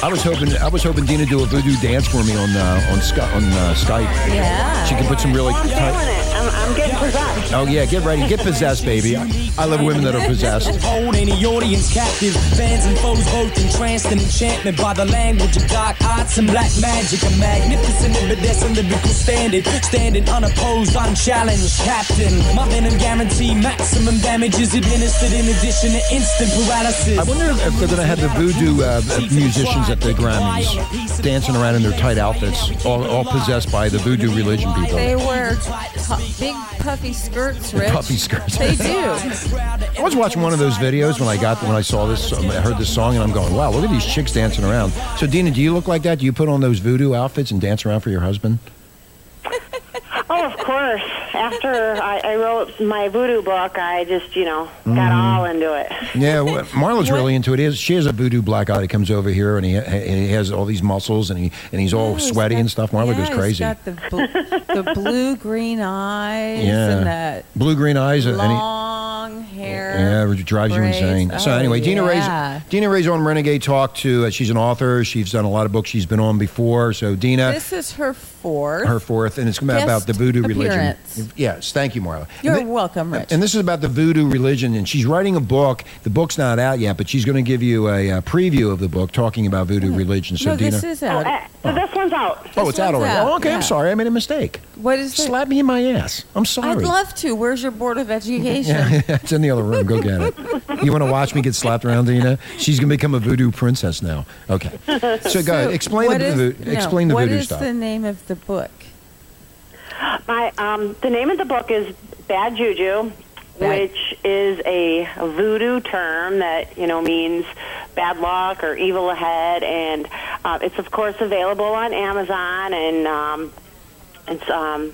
Speaker 3: I was hoping I was hoping Dina do a voodoo dance for me on uh, on Sky, on uh, Skype.
Speaker 4: Yeah.
Speaker 3: She can put some really.
Speaker 8: I'm doing it. I'm, I'm getting possessed.
Speaker 3: Oh yeah, get ready, get possessed, baby. I, I love women that are possessed.
Speaker 6: Hold any audience captive. Fans and foes both entranced and enchantment by the language of dark arts and black magic. A magnificent, iridescent lyrical standard. Standing unopposed, unchallenged, captain. My venom guarantee maximum damage is administered in addition to instant paralysis.
Speaker 3: I wonder if they're going to have the voodoo uh, musicians at the Grammys dancing around in their tight outfits, all, all possessed by the voodoo religion
Speaker 4: They
Speaker 3: people.
Speaker 4: wear pu- big puffy skirts, Rich.
Speaker 3: Puffy skirts.
Speaker 4: They do.
Speaker 3: *laughs* I was watching one of those videos when I got when I saw this, um, I heard this song, and I'm going, "Wow, look at these chicks dancing around." So, Dina, do you look like that? Do you put on those voodoo outfits and dance around for your husband?
Speaker 8: Oh, of course. After I, I wrote my voodoo book, I just, you know, got all into it.
Speaker 3: Yeah, well, Marla's really into it. Is she has a voodoo black guy that comes over here, and he and he has all these muscles, and he and he's all
Speaker 4: Oh, he's
Speaker 3: sweaty
Speaker 4: got-
Speaker 3: and stuff. Marla
Speaker 4: yeah,
Speaker 3: goes
Speaker 4: He's
Speaker 3: crazy.
Speaker 4: got the, bl- the blue green eyes
Speaker 3: Yeah.
Speaker 4: and that
Speaker 3: Blue green eyes, uh, and, and he,
Speaker 4: long hair.
Speaker 3: Yeah, it drives
Speaker 4: braids.
Speaker 3: you insane. so
Speaker 4: Oh,
Speaker 3: anyway, Dina
Speaker 4: yeah.
Speaker 3: Ray's Dina Ray's on Renegade Talk too. Uh, she's an author. She's done a lot of books. She's been on before. So Dina,
Speaker 4: This is her fourth.
Speaker 3: her fourth, and it's about, about the
Speaker 4: guest
Speaker 3: voodoo
Speaker 4: appearance.
Speaker 3: religion. Yes, thank you, Marla.
Speaker 4: You're
Speaker 3: And thi-
Speaker 4: welcome, Rich.
Speaker 3: And this is about the voodoo religion, and she's writing a book. The book's not out yet, but she's going to give you a, uh preview of the book talking about voodoo religion. So
Speaker 4: Hmm. no,
Speaker 3: Dina,
Speaker 4: this is
Speaker 8: Oh,
Speaker 4: out.
Speaker 8: eh, so this one's out.
Speaker 3: oh,
Speaker 4: this
Speaker 3: it's out
Speaker 4: one's
Speaker 3: already.
Speaker 4: out,
Speaker 3: Oh, okay,
Speaker 4: yeah.
Speaker 3: I'm sorry, I made a mistake.
Speaker 4: what is it?
Speaker 3: Slap me in my ass. I'm sorry.
Speaker 4: I'd love to. Where's your
Speaker 3: *laughs*
Speaker 4: board of education?
Speaker 3: it's in the other room. Go get it. You want to watch me get slapped around, Dina? She's gonna become a voodoo princess now.
Speaker 4: *laughs*
Speaker 3: Okay. So go ahead. Explain the,
Speaker 4: What is-
Speaker 3: voodoo-
Speaker 4: no,
Speaker 3: explain the voodoo stuff.
Speaker 4: What is the name of the book?
Speaker 8: My um, the name of the book is Bad Juju,
Speaker 4: Bad-
Speaker 8: which is a voodoo term that you know means bad luck or evil ahead, and uh, it's of course available on Amazon, and um, it's um,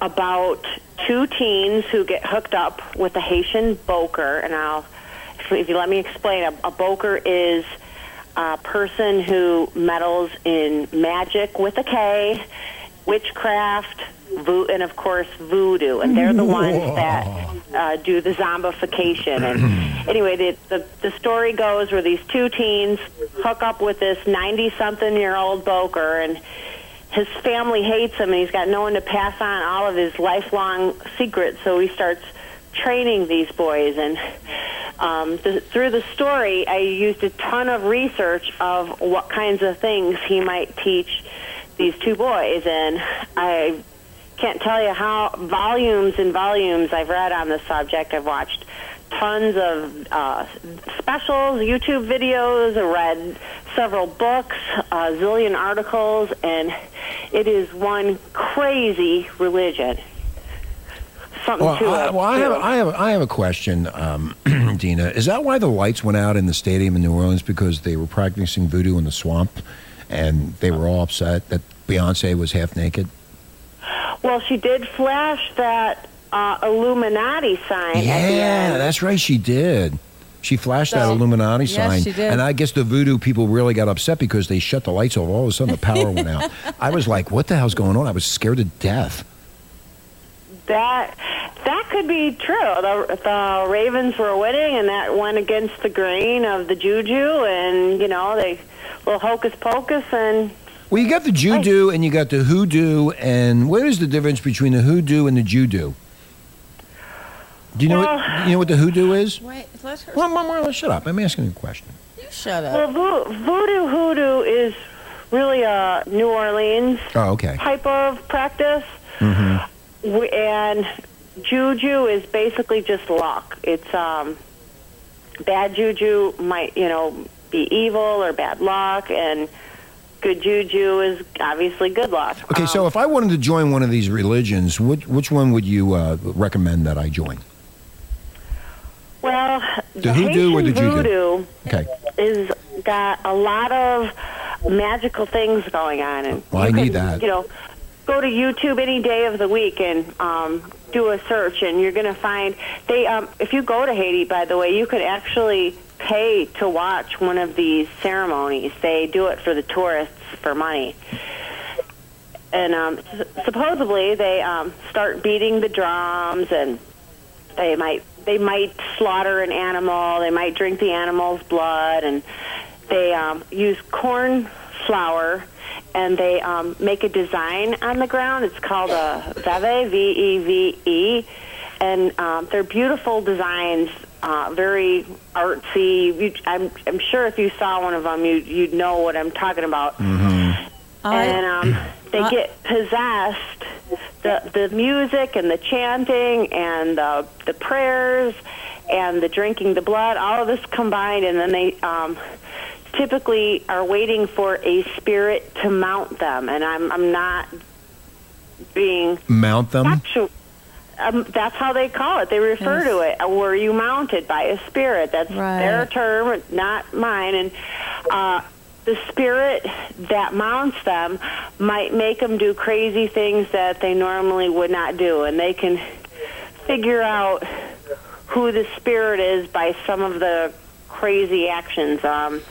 Speaker 8: about two teens who get hooked up with a Haitian boker, and I'll if, if you let me explain, a, a boker is a person who meddles in magic with a K, witchcraft, vo- and of course voodoo, and they're the ones that uh, do the zombification. And anyway, the, the the story goes where these two teens hook up with this ninety-something-year-old boker, and his family hates him and he's got no one to pass on all of his lifelong secrets so he starts training these boys and um, th- through the story i used a ton of research of what kinds of things he might teach these two boys and i can't tell you how volumes and volumes i've read on this subject i've watched tons of uh, specials youtube videos i read several books a zillion articles and it is one crazy religion something
Speaker 3: Well,
Speaker 8: to
Speaker 3: I,
Speaker 8: it
Speaker 3: well, I have,
Speaker 8: too.
Speaker 3: I have, I have a question, um, *clears throat* Dina. Is that why the lights went out in the stadium in New Orleans because they were practicing voodoo in the swamp, and they were all upset that Beyonce was half naked?
Speaker 8: Well, she did flash that uh, Illuminati sign. at the
Speaker 3: Yeah,
Speaker 8: end.
Speaker 3: that's right. She did. She flashed that
Speaker 4: So-
Speaker 3: Illuminati
Speaker 4: Yes,
Speaker 3: sign,
Speaker 4: she did.
Speaker 3: and I guess the voodoo people really got upset because they shut the lights off. All of a sudden, the power went out. I was like, "What the hell's going on?" I was scared to death.
Speaker 8: that that could be true. The, the Ravens were winning, and that went against the grain of the juju, and you know they little hocus pocus, and
Speaker 3: Well, you got the Judo and you got the hoodoo, and what is the difference between the hoodoo and the Judo? Do you know what
Speaker 8: Well-
Speaker 3: you know what the hoodoo
Speaker 4: *sighs*
Speaker 3: is?
Speaker 4: Wait, let her.
Speaker 3: Well, Mom, Marla, shut up. I'm asking you a question.
Speaker 4: You shut up.
Speaker 8: well, vo- voodoo hoodoo is really a New Orleans
Speaker 3: Oh, okay.
Speaker 8: type of practice, W- and juju is basically just luck. It's um, bad juju might you know be evil or bad luck, and good juju is obviously good luck.
Speaker 3: Okay, so if I wanted to join one of these religions, which which one would you uh, recommend that I join?
Speaker 8: well, the,
Speaker 3: hoodoo or
Speaker 8: Haitian
Speaker 3: the juju?
Speaker 8: voodoo
Speaker 3: Okay.
Speaker 8: is got a lot of magical things going on, and
Speaker 3: Well, I
Speaker 8: you
Speaker 3: need
Speaker 8: can,
Speaker 3: that.
Speaker 8: You know, go to YouTube any day of the week and um, do a search, and you're going to find they. Um, if you go to Haiti, by the way, you could actually pay to watch one of these ceremonies. They do it for the tourists for money. And um, s- supposedly they um, start beating the drums and they might they might slaughter an animal they might drink the animal's blood and they um, use corn flour and they um, make a design on the ground it's called a veve v e v e and um, they're beautiful designs uh, very artsy you, I'm, I'm sure if you saw one of them you, you'd know what i'm talking about and um, they
Speaker 4: Uh,
Speaker 8: get possessed. The the music and the chanting and the the prayers and the drinking the blood, all of this combined, and then they um, typically are waiting for a spirit to mount them. And I'm I'm not being
Speaker 3: Mount them.
Speaker 8: factual. Um, that's how they call it. They refer
Speaker 4: Yes.
Speaker 8: to it. uh, Were you mounted by a spirit? That's
Speaker 4: Right.
Speaker 8: their term, not mine. And uh, the spirit that mounts them might make them do crazy things that they normally would not do, and they can figure out who the spirit is by some of the crazy actions. Um,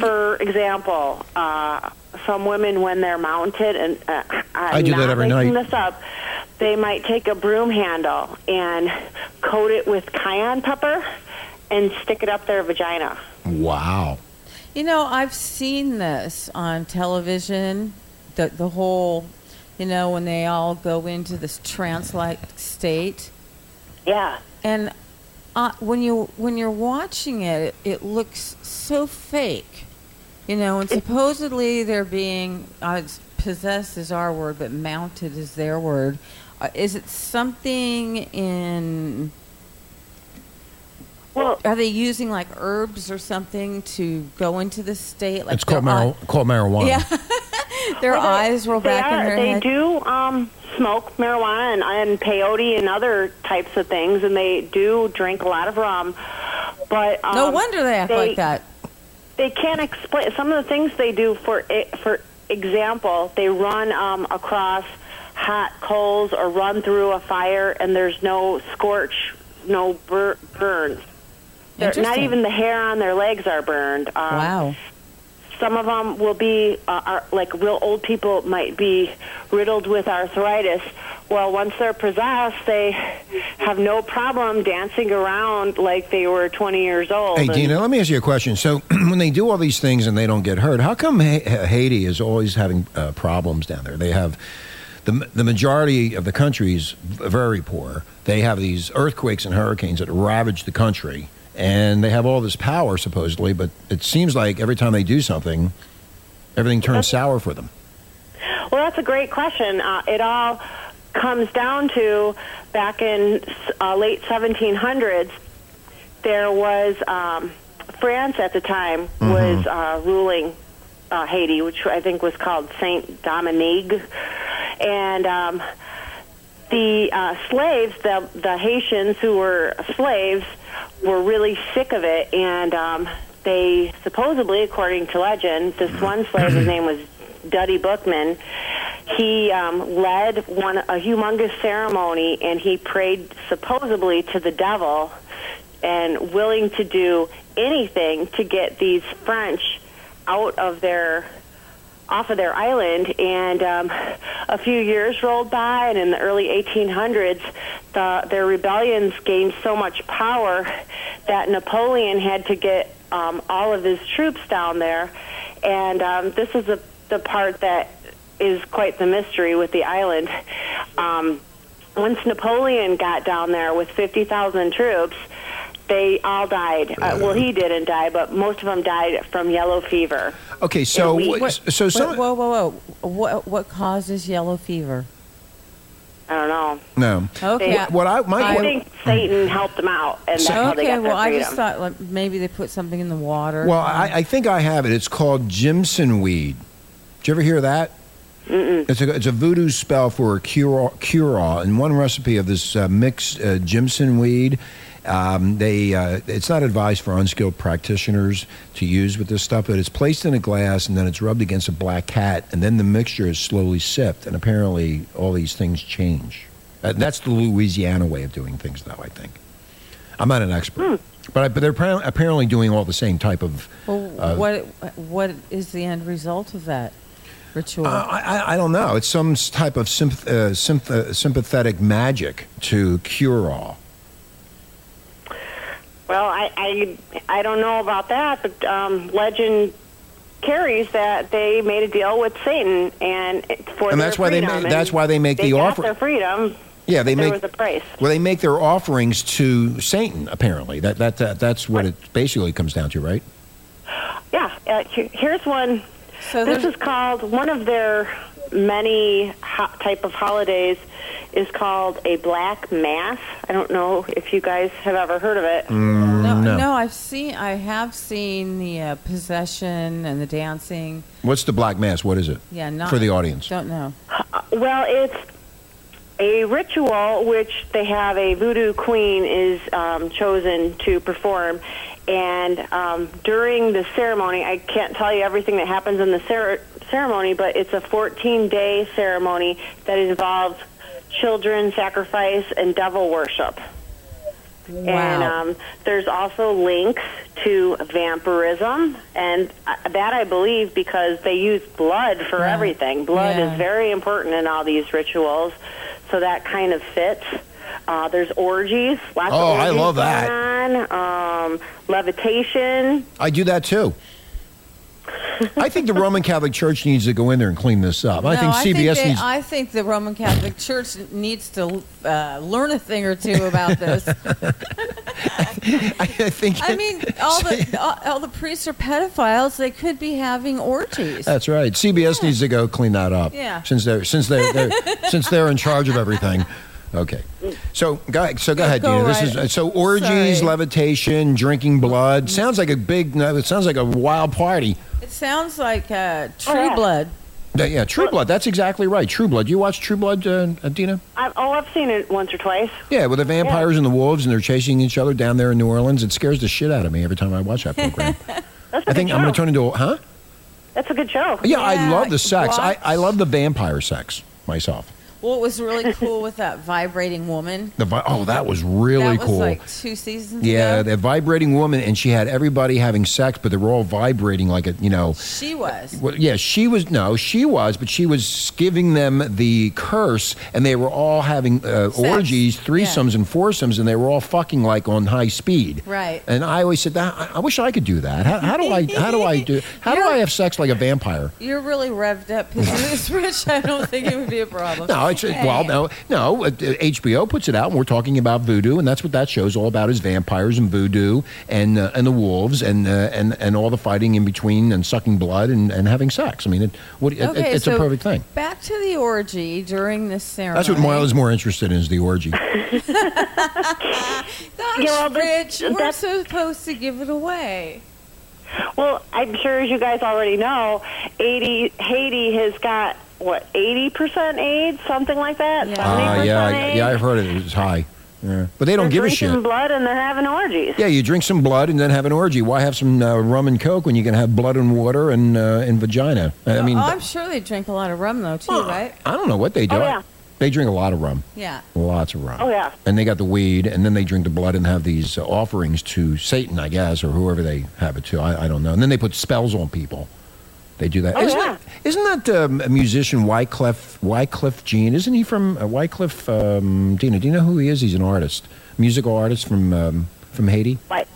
Speaker 8: for example, uh, some women when they're mounted, and uh, I'm
Speaker 3: I do that
Speaker 8: not
Speaker 3: every
Speaker 8: making
Speaker 3: night.
Speaker 8: this up, they might take a broom handle and coat it with cayenne pepper and stick it up their vagina.
Speaker 3: Wow.
Speaker 4: You know, I've seen this on television. The the whole, you know, when they all go into this trance-like state,
Speaker 8: Yeah.
Speaker 4: and uh, when you when you're watching it, it looks so fake. You know, and supposedly they're being uh, it's- possessed is our word, but mounted is their word. Uh, is it something in?
Speaker 8: Well,
Speaker 4: Are they using like herbs or something to go into this state? Like
Speaker 3: it's called,
Speaker 4: they're on-
Speaker 3: mar- called marijuana.
Speaker 4: Yeah. their eyes roll
Speaker 8: they
Speaker 4: back
Speaker 8: are.
Speaker 4: in their
Speaker 8: they
Speaker 4: head.
Speaker 8: do um, smoke marijuana and, and peyote and other types of things, and they do drink a lot of rum. But um,
Speaker 4: no wonder they act like that.
Speaker 8: they can't explain some of the things they do. For e- for example, they run um, across hot coals or run through a fire, and there's no scorch, no bur- burns. They're- Not
Speaker 4: Interesting.
Speaker 8: even the hair on their legs are burned. Um,
Speaker 4: Wow.
Speaker 8: some of them will be uh, are, like real old people might be riddled with arthritis. Well, once they're possessed, they have no problem dancing around like they were 20 years old.
Speaker 3: Hey,
Speaker 8: And-
Speaker 3: Dina, let me ask you a question. So, *clears throat* when they do all these things and they don't get hurt, how come Ha- Ha- Haiti is always having uh, problems down there? They have the the majority of the country's very poor. They have these earthquakes and hurricanes that ravage the country, and they have all this power supposedly. But it seems like every time they do something, everything turns sour for them.
Speaker 8: Well, that's a great question. Uh, it all comes down to back in uh, late 1700s, there was um, France at the time was uh, ruling uh, Haiti, which I think was called Saint Dominique, and um, the uh, slaves, the the Haitians who were slaves, were really sick of it, and um, they supposedly, according to legend, this one slave, his name was Duddy Bookman. He um, led one a humongous ceremony, and he prayed supposedly to the devil, and willing to do anything to get these French out of their off of their island, and um, a few years rolled by, and in the early 1800s, the, their rebellions gained so much power that Napoleon had to get um, all of his troops down there, and um, this is the the part that is quite the mystery with the island. Um, once Napoleon got down there with 50,000 troops, they all died. Uh, well, he didn't die, but most of them died from yellow fever.
Speaker 3: Okay, so
Speaker 8: we-
Speaker 3: what-
Speaker 4: What-
Speaker 3: so
Speaker 4: what-
Speaker 3: some
Speaker 4: whoa, whoa, whoa! What what causes yellow fever?
Speaker 8: I don't know.
Speaker 3: no.
Speaker 4: Okay,
Speaker 8: What-
Speaker 3: What I my
Speaker 8: I
Speaker 3: what-
Speaker 8: think Satan helped them out, and that's how they
Speaker 4: okay.
Speaker 8: got their
Speaker 4: Well, I just
Speaker 8: freedom.
Speaker 4: thought like maybe they put something in the water.
Speaker 3: Well, I, I think I have it. It's called Jimson weed. Did you ever hear of that? Mm-mm. It's a it's a voodoo spell for a cure cure all. And one recipe of this uh, mixed uh, Jimson weed, um, they uh, it's not advised for unskilled practitioners to use with this stuff. But it's placed in a glass and then it's rubbed against a black cat, and then the mixture is slowly sipped. And apparently, all these things change. Uh, that's the Louisiana way of doing things, though. I think. I'm not an expert, but I, but they're appar- apparently doing all the same type of.
Speaker 4: Well,
Speaker 3: uh,
Speaker 4: what what is the end result of that ritual?
Speaker 3: Uh, I, I- I don't know. It's some s- type of sympath- uh, sympath- uh, sympathetic magic to cure all.
Speaker 8: Well, I, I I don't know about that, but um, legend carries that they made a deal with Satan, and it- for
Speaker 3: And
Speaker 8: their
Speaker 3: that's why they
Speaker 8: freedom,
Speaker 3: ma-
Speaker 8: and
Speaker 3: that's why they make the
Speaker 8: got
Speaker 3: offer-
Speaker 8: Their freedom.
Speaker 3: Yeah, they
Speaker 8: there
Speaker 3: make
Speaker 8: was a price.
Speaker 3: well, they make their offerings to Satan. Apparently, that that, that that's what it basically comes down to, right?
Speaker 8: Yeah. Uh, here, here's one.
Speaker 4: so
Speaker 8: this
Speaker 4: there's
Speaker 8: is called one of their many ho- type of holidays is called a black mass. I don't know if you guys have ever heard of it.
Speaker 4: no,
Speaker 3: no.
Speaker 4: no. I've seen. I have seen the uh, possession and the dancing.
Speaker 3: What's the black mass? What is it
Speaker 4: Yeah, not
Speaker 3: for the audience?
Speaker 4: Don't know.
Speaker 8: Uh, Well, it's a ritual which they have a voodoo queen is um, chosen to perform, and um, during the ceremony, I can't tell you everything that happens in the cer- ceremony, but it's a 14-day ceremony that involves children sacrifice and devil worship. And
Speaker 4: Wow.
Speaker 8: um, there's also links to vampirism, and uh, that I believe because they use blood for
Speaker 4: Yeah.
Speaker 8: everything. Blood
Speaker 4: Yeah.
Speaker 8: is very important in all these rituals, so that kind of fits. Uh, there's orgies. Lots
Speaker 3: Oh,
Speaker 8: of
Speaker 3: I
Speaker 8: orgies
Speaker 3: love that.
Speaker 8: going On, um, levitation.
Speaker 3: I do that too. I think the Roman Catholic Church needs to go in there and clean this up. I
Speaker 4: No,
Speaker 3: think CBS
Speaker 4: they-
Speaker 3: needs.
Speaker 4: I think the Roman Catholic Church needs to uh, learn a thing or two about
Speaker 3: *laughs*
Speaker 4: this.
Speaker 3: *laughs* I think.
Speaker 4: I mean, all
Speaker 3: *laughs*
Speaker 4: the all, all the priests are pedophiles. They could be having orgies.
Speaker 3: That's right. CBS needs to go clean that up.
Speaker 4: Yeah.
Speaker 3: Since they're since they're,
Speaker 4: *laughs*
Speaker 3: they're since they're in charge of everything. Okay. So go so go ahead,
Speaker 4: Go
Speaker 3: Dina. This
Speaker 4: right-
Speaker 3: is uh, so orgies,
Speaker 4: Sorry. Mm-hmm.
Speaker 3: levitation, drinking blood. Sounds like a big. no, It sounds like a wild party.
Speaker 4: It sounds like uh, True
Speaker 8: Oh, yeah.
Speaker 4: Blood.
Speaker 3: Yeah, yeah, True Blood. That's exactly right. True Blood. You watch True Blood, uh, uh, Dina?
Speaker 8: I've, oh, I've seen it once or twice.
Speaker 3: Yeah, with the vampires and the wolves, and they're chasing each other down there in New Orleans. It scares the shit out of me every time I watch that
Speaker 4: *laughs*
Speaker 3: program.
Speaker 8: That's a
Speaker 3: I think
Speaker 8: good
Speaker 3: I'm going
Speaker 8: show.
Speaker 3: to turn into a huh?
Speaker 8: That's a good show.
Speaker 3: Yeah, I
Speaker 4: Yeah,
Speaker 3: love the sex. I, I
Speaker 4: watch.
Speaker 3: love the vampire sex myself.
Speaker 4: Well, it was really cool with
Speaker 8: *laughs*
Speaker 4: that vibrating woman.
Speaker 3: The vi- oh, that was really
Speaker 4: that was
Speaker 3: cool.
Speaker 4: like two seasons
Speaker 3: yeah,
Speaker 4: ago.
Speaker 3: that vibrating woman, and she had everybody having sex, but they were all vibrating like a you know.
Speaker 4: she was.
Speaker 3: Well, yeah, she was no, she was, but she was giving them the curse, and they were all having uh,
Speaker 4: Sex.
Speaker 3: orgies, threesomes,
Speaker 4: Yeah.
Speaker 3: and foursomes, and they were all fucking like on high speed.
Speaker 4: Right.
Speaker 3: And I always said that I, I wish I could do that. How, how do I? How do I do? How do I have sex like a vampire?
Speaker 4: You're really revved up because
Speaker 3: *laughs*
Speaker 4: you're this rich. I don't think it would be a problem.
Speaker 3: No, it's well, no, no. uh, HBO puts it out, and we're talking about voodoo, and that's what that show's all about: is vampires and voodoo, and uh, and the wolves, and uh, and and all the fighting in between, and sucking blood, and, and having sex. I mean, it, what, it,
Speaker 4: Okay,
Speaker 3: it's a
Speaker 4: so
Speaker 3: perfect thing.
Speaker 4: Back to the orgy during this ceremony.
Speaker 3: That's what Marla's more interested in is the orgy.
Speaker 4: That's
Speaker 8: Yeah, well,
Speaker 4: rich.
Speaker 8: that's-
Speaker 4: We're
Speaker 8: that's-
Speaker 4: supposed to give it away.
Speaker 8: Well, I'm sure as you guys already know, 80, Haiti has got what 80% AIDS, something like that.
Speaker 4: Yeah.
Speaker 8: 70%
Speaker 3: Uh, yeah, I-
Speaker 8: AIDS.
Speaker 3: yeah, I've heard it. It's high, yeah. but they don't
Speaker 8: They're
Speaker 3: give a
Speaker 8: drinking
Speaker 3: shit.
Speaker 8: blood and they're having orgies.
Speaker 3: Yeah, you drink some blood and then have an orgy. Why have some uh, rum and coke when you can have blood and water and uh, and vagina? I mean,
Speaker 4: oh, I'm sure they drink a lot of rum though, too, right?
Speaker 3: I don't know what they do.
Speaker 8: Oh, yeah.
Speaker 3: They drink a lot of rum.
Speaker 4: Yeah.
Speaker 3: Lots of rum.
Speaker 8: Oh, yeah.
Speaker 3: And they got the weed, and then they drink the blood and have these uh, offerings to Satan, I guess, or whoever they have it to. I, I don't know. And then they put spells on people. They do that.
Speaker 8: Oh,
Speaker 3: not
Speaker 8: yeah.
Speaker 3: isn't that um, a musician Wyclef Wyclef Jean? Isn't he from uh, Wyclef? Um, Dina, do you know who he is? He's an artist, musical artist from um, from Haiti.
Speaker 8: Like,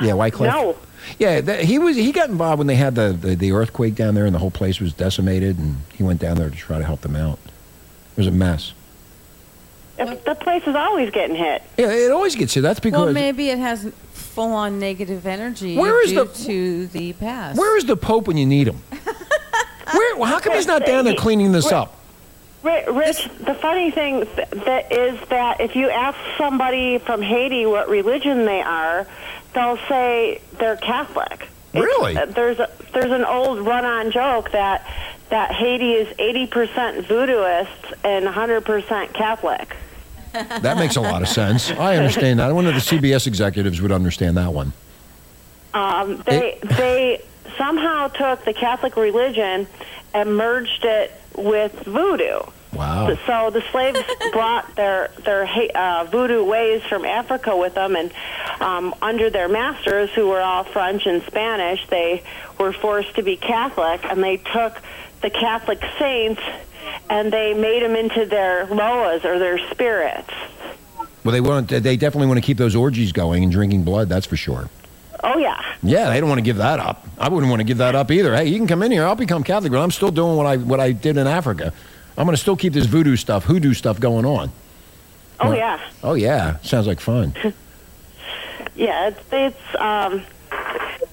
Speaker 3: Yeah, Wyclef.
Speaker 8: Uh, no.
Speaker 3: Yeah, that, he was. He got involved when they had the, the, the earthquake down there, and the whole place was decimated. And he went down there to try to help them out. It was a mess.
Speaker 8: If the place is always getting hit.
Speaker 3: Yeah, it always gets you. That's because
Speaker 4: Well, maybe it has full on negative energy
Speaker 3: Where is
Speaker 4: due
Speaker 3: the-
Speaker 4: to the past.
Speaker 3: where is the Pope when you need him? Where? Well, how come he's not down there cleaning this up?
Speaker 8: Ri- Rich, the funny thing th- that is that if you ask somebody from Haiti what religion they are, they'll say they're Catholic. It's-
Speaker 3: Really?
Speaker 8: uh, there's a, there's an old run-on joke that that Haiti is 80% voodooists and 100% Catholic.
Speaker 3: That makes a lot of sense. I understand that. I wonder if the CBS executives would understand that one.
Speaker 8: Um, they they somehow took the Catholic religion and merged it with voodoo.
Speaker 3: Wow.
Speaker 8: So the slaves brought their their ha- uh, voodoo ways from Africa with them, and um, under their masters, who were all French and Spanish, they were forced to be Catholic, and they took the Catholic saints and they made them into their loas or their spirits.
Speaker 3: Well, they want. They definitely want to keep those orgies going and drinking blood. That's for sure.
Speaker 8: Oh yeah,
Speaker 3: Yeah, they don't want to give that up. I wouldn't want to give that up either. Hey, you can come in here. I'll become Catholic, but I'm still doing what I what I did in Africa. I'm going to still keep this voodoo stuff, hoodoo stuff going on.
Speaker 8: oh
Speaker 3: Well-
Speaker 8: yeah,
Speaker 3: Oh yeah, sounds like fun.
Speaker 8: yeah. It's, it's um,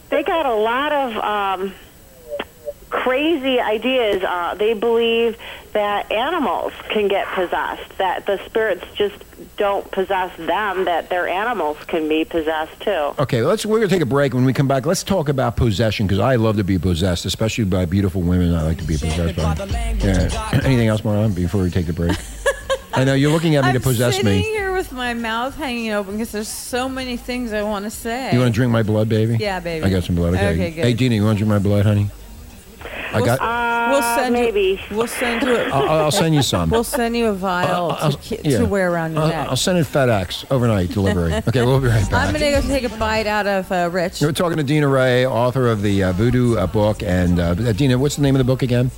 Speaker 8: they got a lot of um, crazy ideas. Uh, they believe that animals can get possessed, that the spirits just don't possess them, that their animals can be possessed too.
Speaker 3: Okay, let's we're gonna take a break. When we come back, let's talk about possession because I love to be possessed, especially by beautiful women. I like to be possessed by. *clears throat* Yeah. Anything else, Marlon, before we take the
Speaker 4: *laughs*
Speaker 3: break? I know you're looking at me
Speaker 4: I'm
Speaker 3: to possess
Speaker 4: sitting
Speaker 3: me.
Speaker 4: here with my mouth hanging open because there's so many things I want to say.
Speaker 3: You want to drink my blood, baby?
Speaker 4: Yeah, baby.
Speaker 3: I got some blood. Okay.
Speaker 4: Okay, good.
Speaker 3: Hey, Dina, you want to drink my blood, honey? I
Speaker 4: Well,
Speaker 3: got.
Speaker 4: we'll send
Speaker 8: Uh, maybe.
Speaker 4: You, we'll send you. A,
Speaker 3: I'll, I'll send
Speaker 4: *laughs*
Speaker 3: you some.
Speaker 4: we'll send you a vial
Speaker 3: I'll-
Speaker 4: to, ki-
Speaker 3: uh, yeah. Uh,
Speaker 4: to wear around your
Speaker 3: I'll,
Speaker 4: neck.
Speaker 3: I'll send it FedEx overnight
Speaker 4: *laughs*
Speaker 3: delivery. okay, we'll be right back.
Speaker 4: I'm gonna go take a bite out of uh, Rich.
Speaker 3: We're talking to Dina Ray, author of the uh, Voodoo uh, book, and uh, Dina, what's the name of the book again?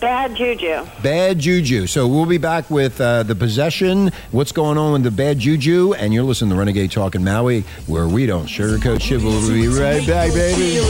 Speaker 8: Bad juju.
Speaker 3: Bad Juju. So we'll be back with uh, the possession, what's going on with the bad juju, and you're listening to Renegade Talk in Maui, where we don't sugarcoat shit. We'll be right back, baby.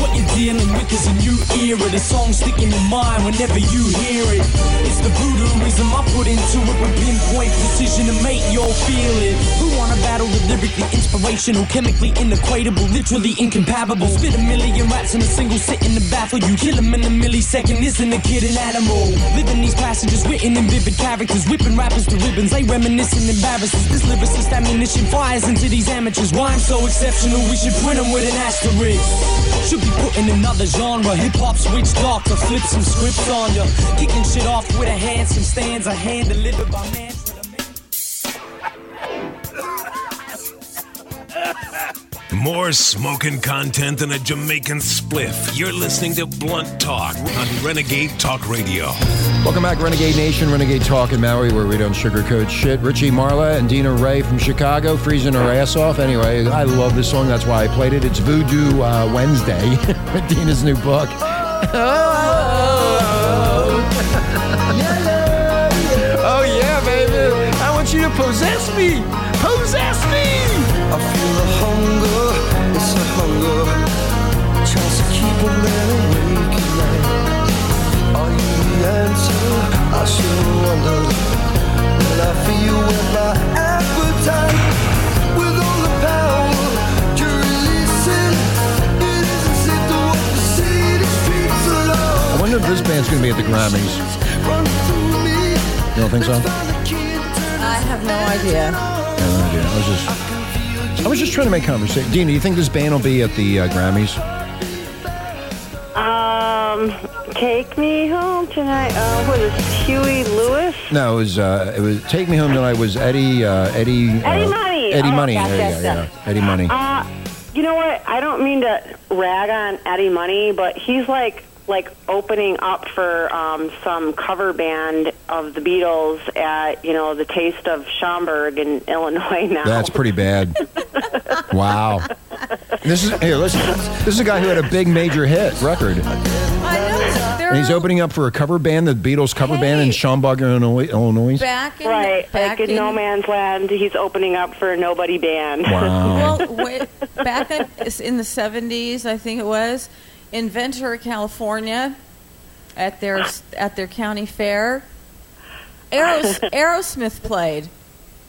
Speaker 6: What you're dealing with is a new era. The song stick in your mind whenever you hear it. It's the voodooism I put into it with pinpoint precision to make you all feel it. Who wanna battle the lyrically inspirational, chemically inequatable, literally incompatible? Spit a million raps in a single sitting to baffle you. Kill him in a millisecond, isn't a kid an animal? Living these passages written in vivid characters, whipping rappers to ribbons. They reminisce and embarrass us. This lyricist ammunition fires into these amateurs. Why I'm so exceptional, we should print 'em with an asterisk. Should be put in another genre. Hip hop switch dark to flip some scripts on ya. Kicking shit off with a hand, some stands, a hand delivered by man.
Speaker 1: More smoking content than a Jamaican spliff. You're listening to Blunt Talk on Renegade Talk Radio.
Speaker 3: Welcome back, Renegade Nation, Renegade Talk in Maui, where we don't sugarcoat shit. Richie Marla and Dina Ray from Chicago, freezing her ass off. Anyway, I love this song. That's why I played it. It's Voodoo uh, Wednesday, *laughs* Dina's new book. Oh yeah, baby! I want you to possess me, possess me.
Speaker 9: I feel the hunger, it's a hunger Tries to keep a man awake at night Are you the answer? I should wonder Will I feel with my appetite? With all the power you're releasing It isn't safe to walk the city streets alone
Speaker 3: I wonder if this band's gonna be at the Grammys.
Speaker 9: Running through me
Speaker 3: You don't think so? I
Speaker 4: I have no idea.
Speaker 3: don't know, dude. I was just, I was just trying to make conversation. Dina, you think this band will be at the uh, Grammys?
Speaker 8: Um, take me home tonight. Uh, what is Huey Lewis?
Speaker 3: No, it was uh, it was Take Me Home Tonight was Eddie uh, Eddie uh,
Speaker 8: Eddie Money.
Speaker 3: Eddie
Speaker 8: Oh,
Speaker 3: Money.
Speaker 8: gotcha,
Speaker 3: there you go.
Speaker 8: gotcha.
Speaker 3: Yeah, Eddie Money.
Speaker 8: Uh, you know what? I don't mean to rag on Eddie Money, but he's like like opening up for um, some cover band of the Beatles at you know the Taste of Schaumburg in *laughs* Illinois now.
Speaker 3: That's pretty
Speaker 8: *laughs*
Speaker 3: bad. wow. This is here. Listen, this is a guy who had a big major hit record, and
Speaker 4: I know. There
Speaker 3: he's
Speaker 4: are
Speaker 3: opening up for a cover band, the Beatles cover band in
Speaker 4: Hey.
Speaker 3: Schaumburg, Illinois. Illinois.
Speaker 4: back in
Speaker 8: right.
Speaker 4: back
Speaker 8: Like in
Speaker 4: in
Speaker 8: No Man's Land, he's opening up for a nobody band. *laughs*
Speaker 3: Wow.
Speaker 4: Well, wait, back in, in the 70s, I think it was, in Ventura, California, at their at their county fair,
Speaker 3: *laughs*
Speaker 4: Aeros, Aerosmith played.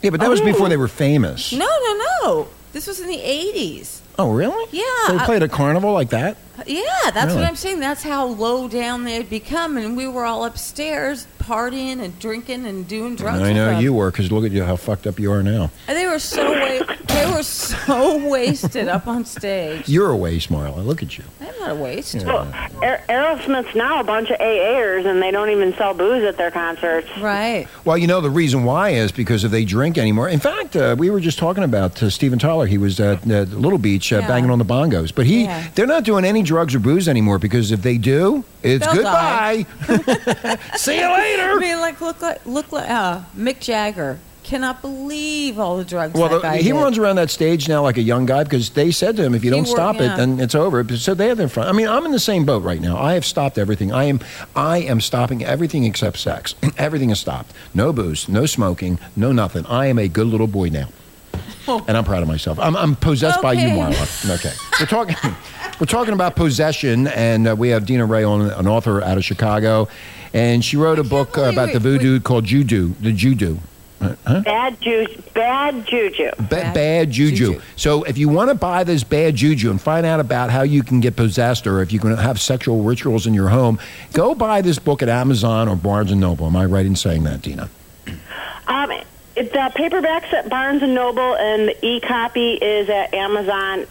Speaker 3: Yeah, but that was before they were famous.
Speaker 4: No, no, no. This was in the 80s.
Speaker 3: Oh, really?
Speaker 4: Yeah.
Speaker 8: uh,
Speaker 3: They played at a carnival like that.
Speaker 4: Yeah, that's
Speaker 3: Really?
Speaker 4: what I'm saying. That's how low down they had become, and we were all upstairs partying and drinking and doing drugs.
Speaker 3: I know
Speaker 4: with them.
Speaker 3: you were, because look at you, how fucked up you are now.
Speaker 4: And they were so wa- they were so *laughs* wasted up on stage.
Speaker 3: You're a waste, Marla. Look at you.
Speaker 4: I'm not a waste.
Speaker 8: Well, Aer- Aerosmith's now a bunch of AAers, and they don't even sell booze at their concerts.
Speaker 4: Right.
Speaker 3: Well, you know the reason why is because if they drink anymore. In fact, uh, we were just talking about uh, Steven Tyler. He was at uh, Little Beach uh,
Speaker 4: Yeah.
Speaker 3: banging on the bongos, but he
Speaker 4: Yeah.
Speaker 3: they're not doing any drugs or booze anymore because if they do, it's
Speaker 4: They'll
Speaker 3: goodbye.
Speaker 4: die.
Speaker 3: *laughs* See you
Speaker 4: I *laughs*
Speaker 3: later.
Speaker 4: mean, like look like look like uh, Mick Jagger. Cannot believe all the drugs
Speaker 3: Well,
Speaker 4: that
Speaker 3: the-
Speaker 4: guy
Speaker 3: he
Speaker 4: did.
Speaker 3: runs around that stage now like a young guy because they said to him, "If you
Speaker 4: He
Speaker 3: don't
Speaker 4: wor-
Speaker 3: stop
Speaker 4: yeah.
Speaker 3: it, then it's over." So they have their fun. I mean, I'm in the same boat right now. I have stopped everything. I am, I am stopping everything except sex. *clears throat* everything is stopped. No booze, no smoking, no nothing. I am a good little boy
Speaker 4: *laughs*
Speaker 3: now, and I'm proud of myself. I'm, I'm possessed by you,
Speaker 4: Okay. *laughs*
Speaker 3: Marla. Okay, we're talking. We're talking about possession, and uh, we have Dina Ray on, an author out of Chicago, and she wrote a book
Speaker 4: believe
Speaker 3: about the
Speaker 4: we- we-
Speaker 3: voodoo called Judo, the Judo.
Speaker 8: Bad juju, bad juju.
Speaker 3: Ba-
Speaker 4: Bad
Speaker 3: bad juju.
Speaker 4: juju.
Speaker 3: So if you want to buy this bad juju and find out about how you can get possessed or if you can have sexual rituals in your home, go buy this book at Amazon or Barnes and Noble. Am I right in saying that, Dina?
Speaker 8: Um, it, the paperback's at Barnes and Noble, and the e-copy is at Amazon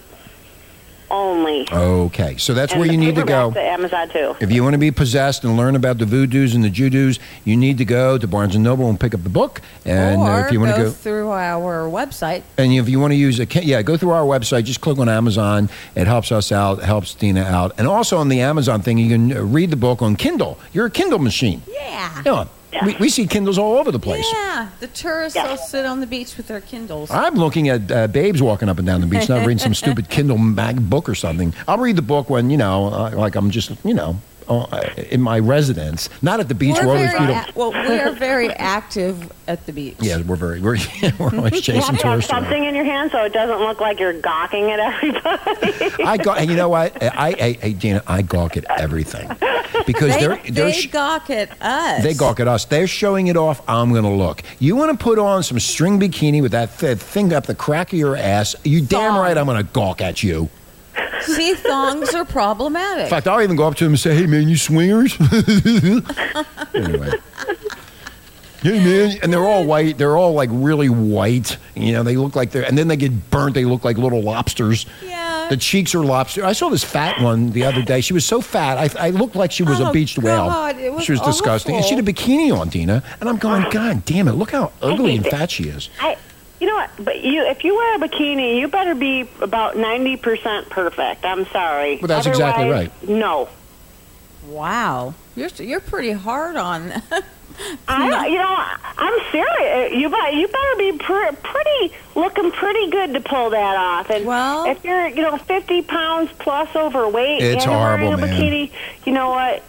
Speaker 8: only.
Speaker 3: Okay. So that's
Speaker 8: And
Speaker 3: where
Speaker 8: the
Speaker 3: you need to go.
Speaker 8: paperback's At Amazon too.
Speaker 3: If you want to be possessed and learn about the voodoos and the judus, you need to go to Barnes and Noble and pick up the book. And uh,
Speaker 4: or
Speaker 3: if you want
Speaker 4: go,
Speaker 3: to go,
Speaker 4: through our website,
Speaker 3: And if you want to use a ca- yeah, go through our website. Just click on Amazon. It helps us out. Helps Dina out. And also on the Amazon thing, you can uh, read the book on Kindle. You're a Kindle machine.
Speaker 4: yeah,
Speaker 3: Yeah, we, we see Kindles all over the place.
Speaker 4: yeah, the tourists
Speaker 8: Yeah.
Speaker 4: all sit on the beach with their Kindles.
Speaker 3: I'm looking at uh, babes walking up and down the beach, not
Speaker 4: *laughs*
Speaker 3: reading some stupid Kindle mag book or something. I'll read the book when you know, uh, like I'm just you know, uh, in my residence, not at the beach.
Speaker 4: we're
Speaker 3: where
Speaker 4: very
Speaker 3: we
Speaker 4: ac- well, we are very active at the beach.
Speaker 3: yeah, we're very we're, *laughs*
Speaker 4: *laughs*
Speaker 3: we're always
Speaker 8: You
Speaker 3: chasing
Speaker 8: have to have
Speaker 3: tourists. around.
Speaker 8: something in your hand so it doesn't look like you're gawking at *laughs* everybody.
Speaker 3: I got. and You know what? I, I, I, Dina, I gawk at
Speaker 4: *laughs*
Speaker 3: everything because
Speaker 4: They,
Speaker 3: they're they're.
Speaker 4: they
Speaker 3: sh-
Speaker 4: gawk at us.
Speaker 3: They gawk at us. They're showing it off. I'm going to look. You want to put on some string bikini with that th- thing up the crack of your ass? You damn
Speaker 4: Thong.
Speaker 3: right I'm going to gawk at you.
Speaker 4: See, thongs are problematic.
Speaker 3: In fact, I'll even go up to him and say, "Hey man, you swingers." *laughs* anyway. Hey man, and they're all white. They're all like really white. You know, they look like they're, and then they get burnt. They look like little lobsters.
Speaker 4: Yeah.
Speaker 3: The cheeks are lobster. I saw this fat one the other day. She was so fat. I, I looked like she was a
Speaker 4: Oh,
Speaker 3: beached
Speaker 4: God,
Speaker 3: whale.
Speaker 4: it was
Speaker 3: she was disgusting. And she
Speaker 4: awful.
Speaker 3: had a bikini on, Dina. And I'm going, God damn it, look how ugly and fat she is.
Speaker 8: I, You know what? But you, if you wear a bikini, you better be about ninety percent perfect. I'm sorry.
Speaker 3: Well, that's exactly
Speaker 8: Otherwise, No,
Speaker 4: Wow, you're you're pretty hard on.
Speaker 8: I, you know, I'm serious. You bet. You better be pr- pretty, looking pretty good to pull that off. And
Speaker 4: Well-
Speaker 8: if you're, you know, 50 pounds plus overweight,
Speaker 10: It's
Speaker 8: and you're wearing
Speaker 10: horrible,
Speaker 8: a
Speaker 10: man.
Speaker 8: bikini, you know what?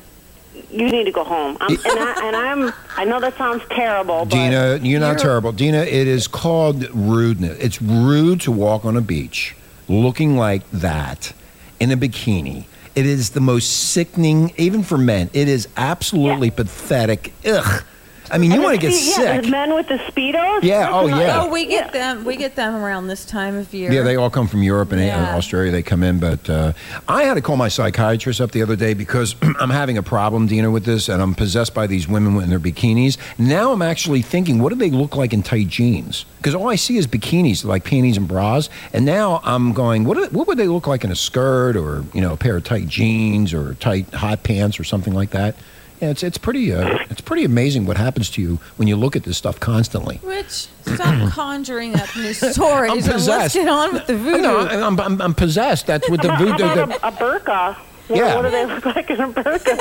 Speaker 8: You need to go home.
Speaker 3: *laughs*
Speaker 8: I'm, and, I, and I'm. I know that sounds terrible, but
Speaker 3: Dina, you're not terrible. Dina, it is called rudeness. It's rude to walk on a beach looking like that in a bikini. It is the most sickening, even for men. It is absolutely pathetic. Ugh. I mean, you
Speaker 8: And
Speaker 3: want to
Speaker 8: the
Speaker 3: get
Speaker 8: speed- yeah, the
Speaker 3: sick.
Speaker 8: men with the speedos.
Speaker 3: Yeah, oh, yeah.
Speaker 4: Oh, we get them. We get them around this time of year.
Speaker 3: Yeah, they all come from Europe and uh,
Speaker 4: Yeah.
Speaker 3: Australia. They come in, but uh, I had to call my psychiatrist up the other day because *clears throat* I'm having a problem, Dina, with this, and I'm possessed by these women in their bikinis. Now I'm actually thinking, what do they look like in tight jeans? Because all I see is bikinis, like panties and bras, and now I'm going, what, do- what would they look like in a skirt or you know a pair of tight jeans or tight hot pants or something like that? Yeah, it's it's pretty uh, it's pretty amazing what happens to you when you look at this stuff constantly.
Speaker 4: Rich, stop *coughs* conjuring
Speaker 3: *laughs*
Speaker 4: up new stories.
Speaker 3: I'm
Speaker 4: and let's
Speaker 3: possessed.
Speaker 4: get on with the voodoo.
Speaker 3: No, I- I'm, I'm, I'm possessed. That's what the
Speaker 8: How
Speaker 3: voodoo.
Speaker 8: about
Speaker 3: the-
Speaker 8: a, a burqa? What,
Speaker 3: Yeah.
Speaker 8: what do they look like in a
Speaker 3: *laughs*
Speaker 8: burqa?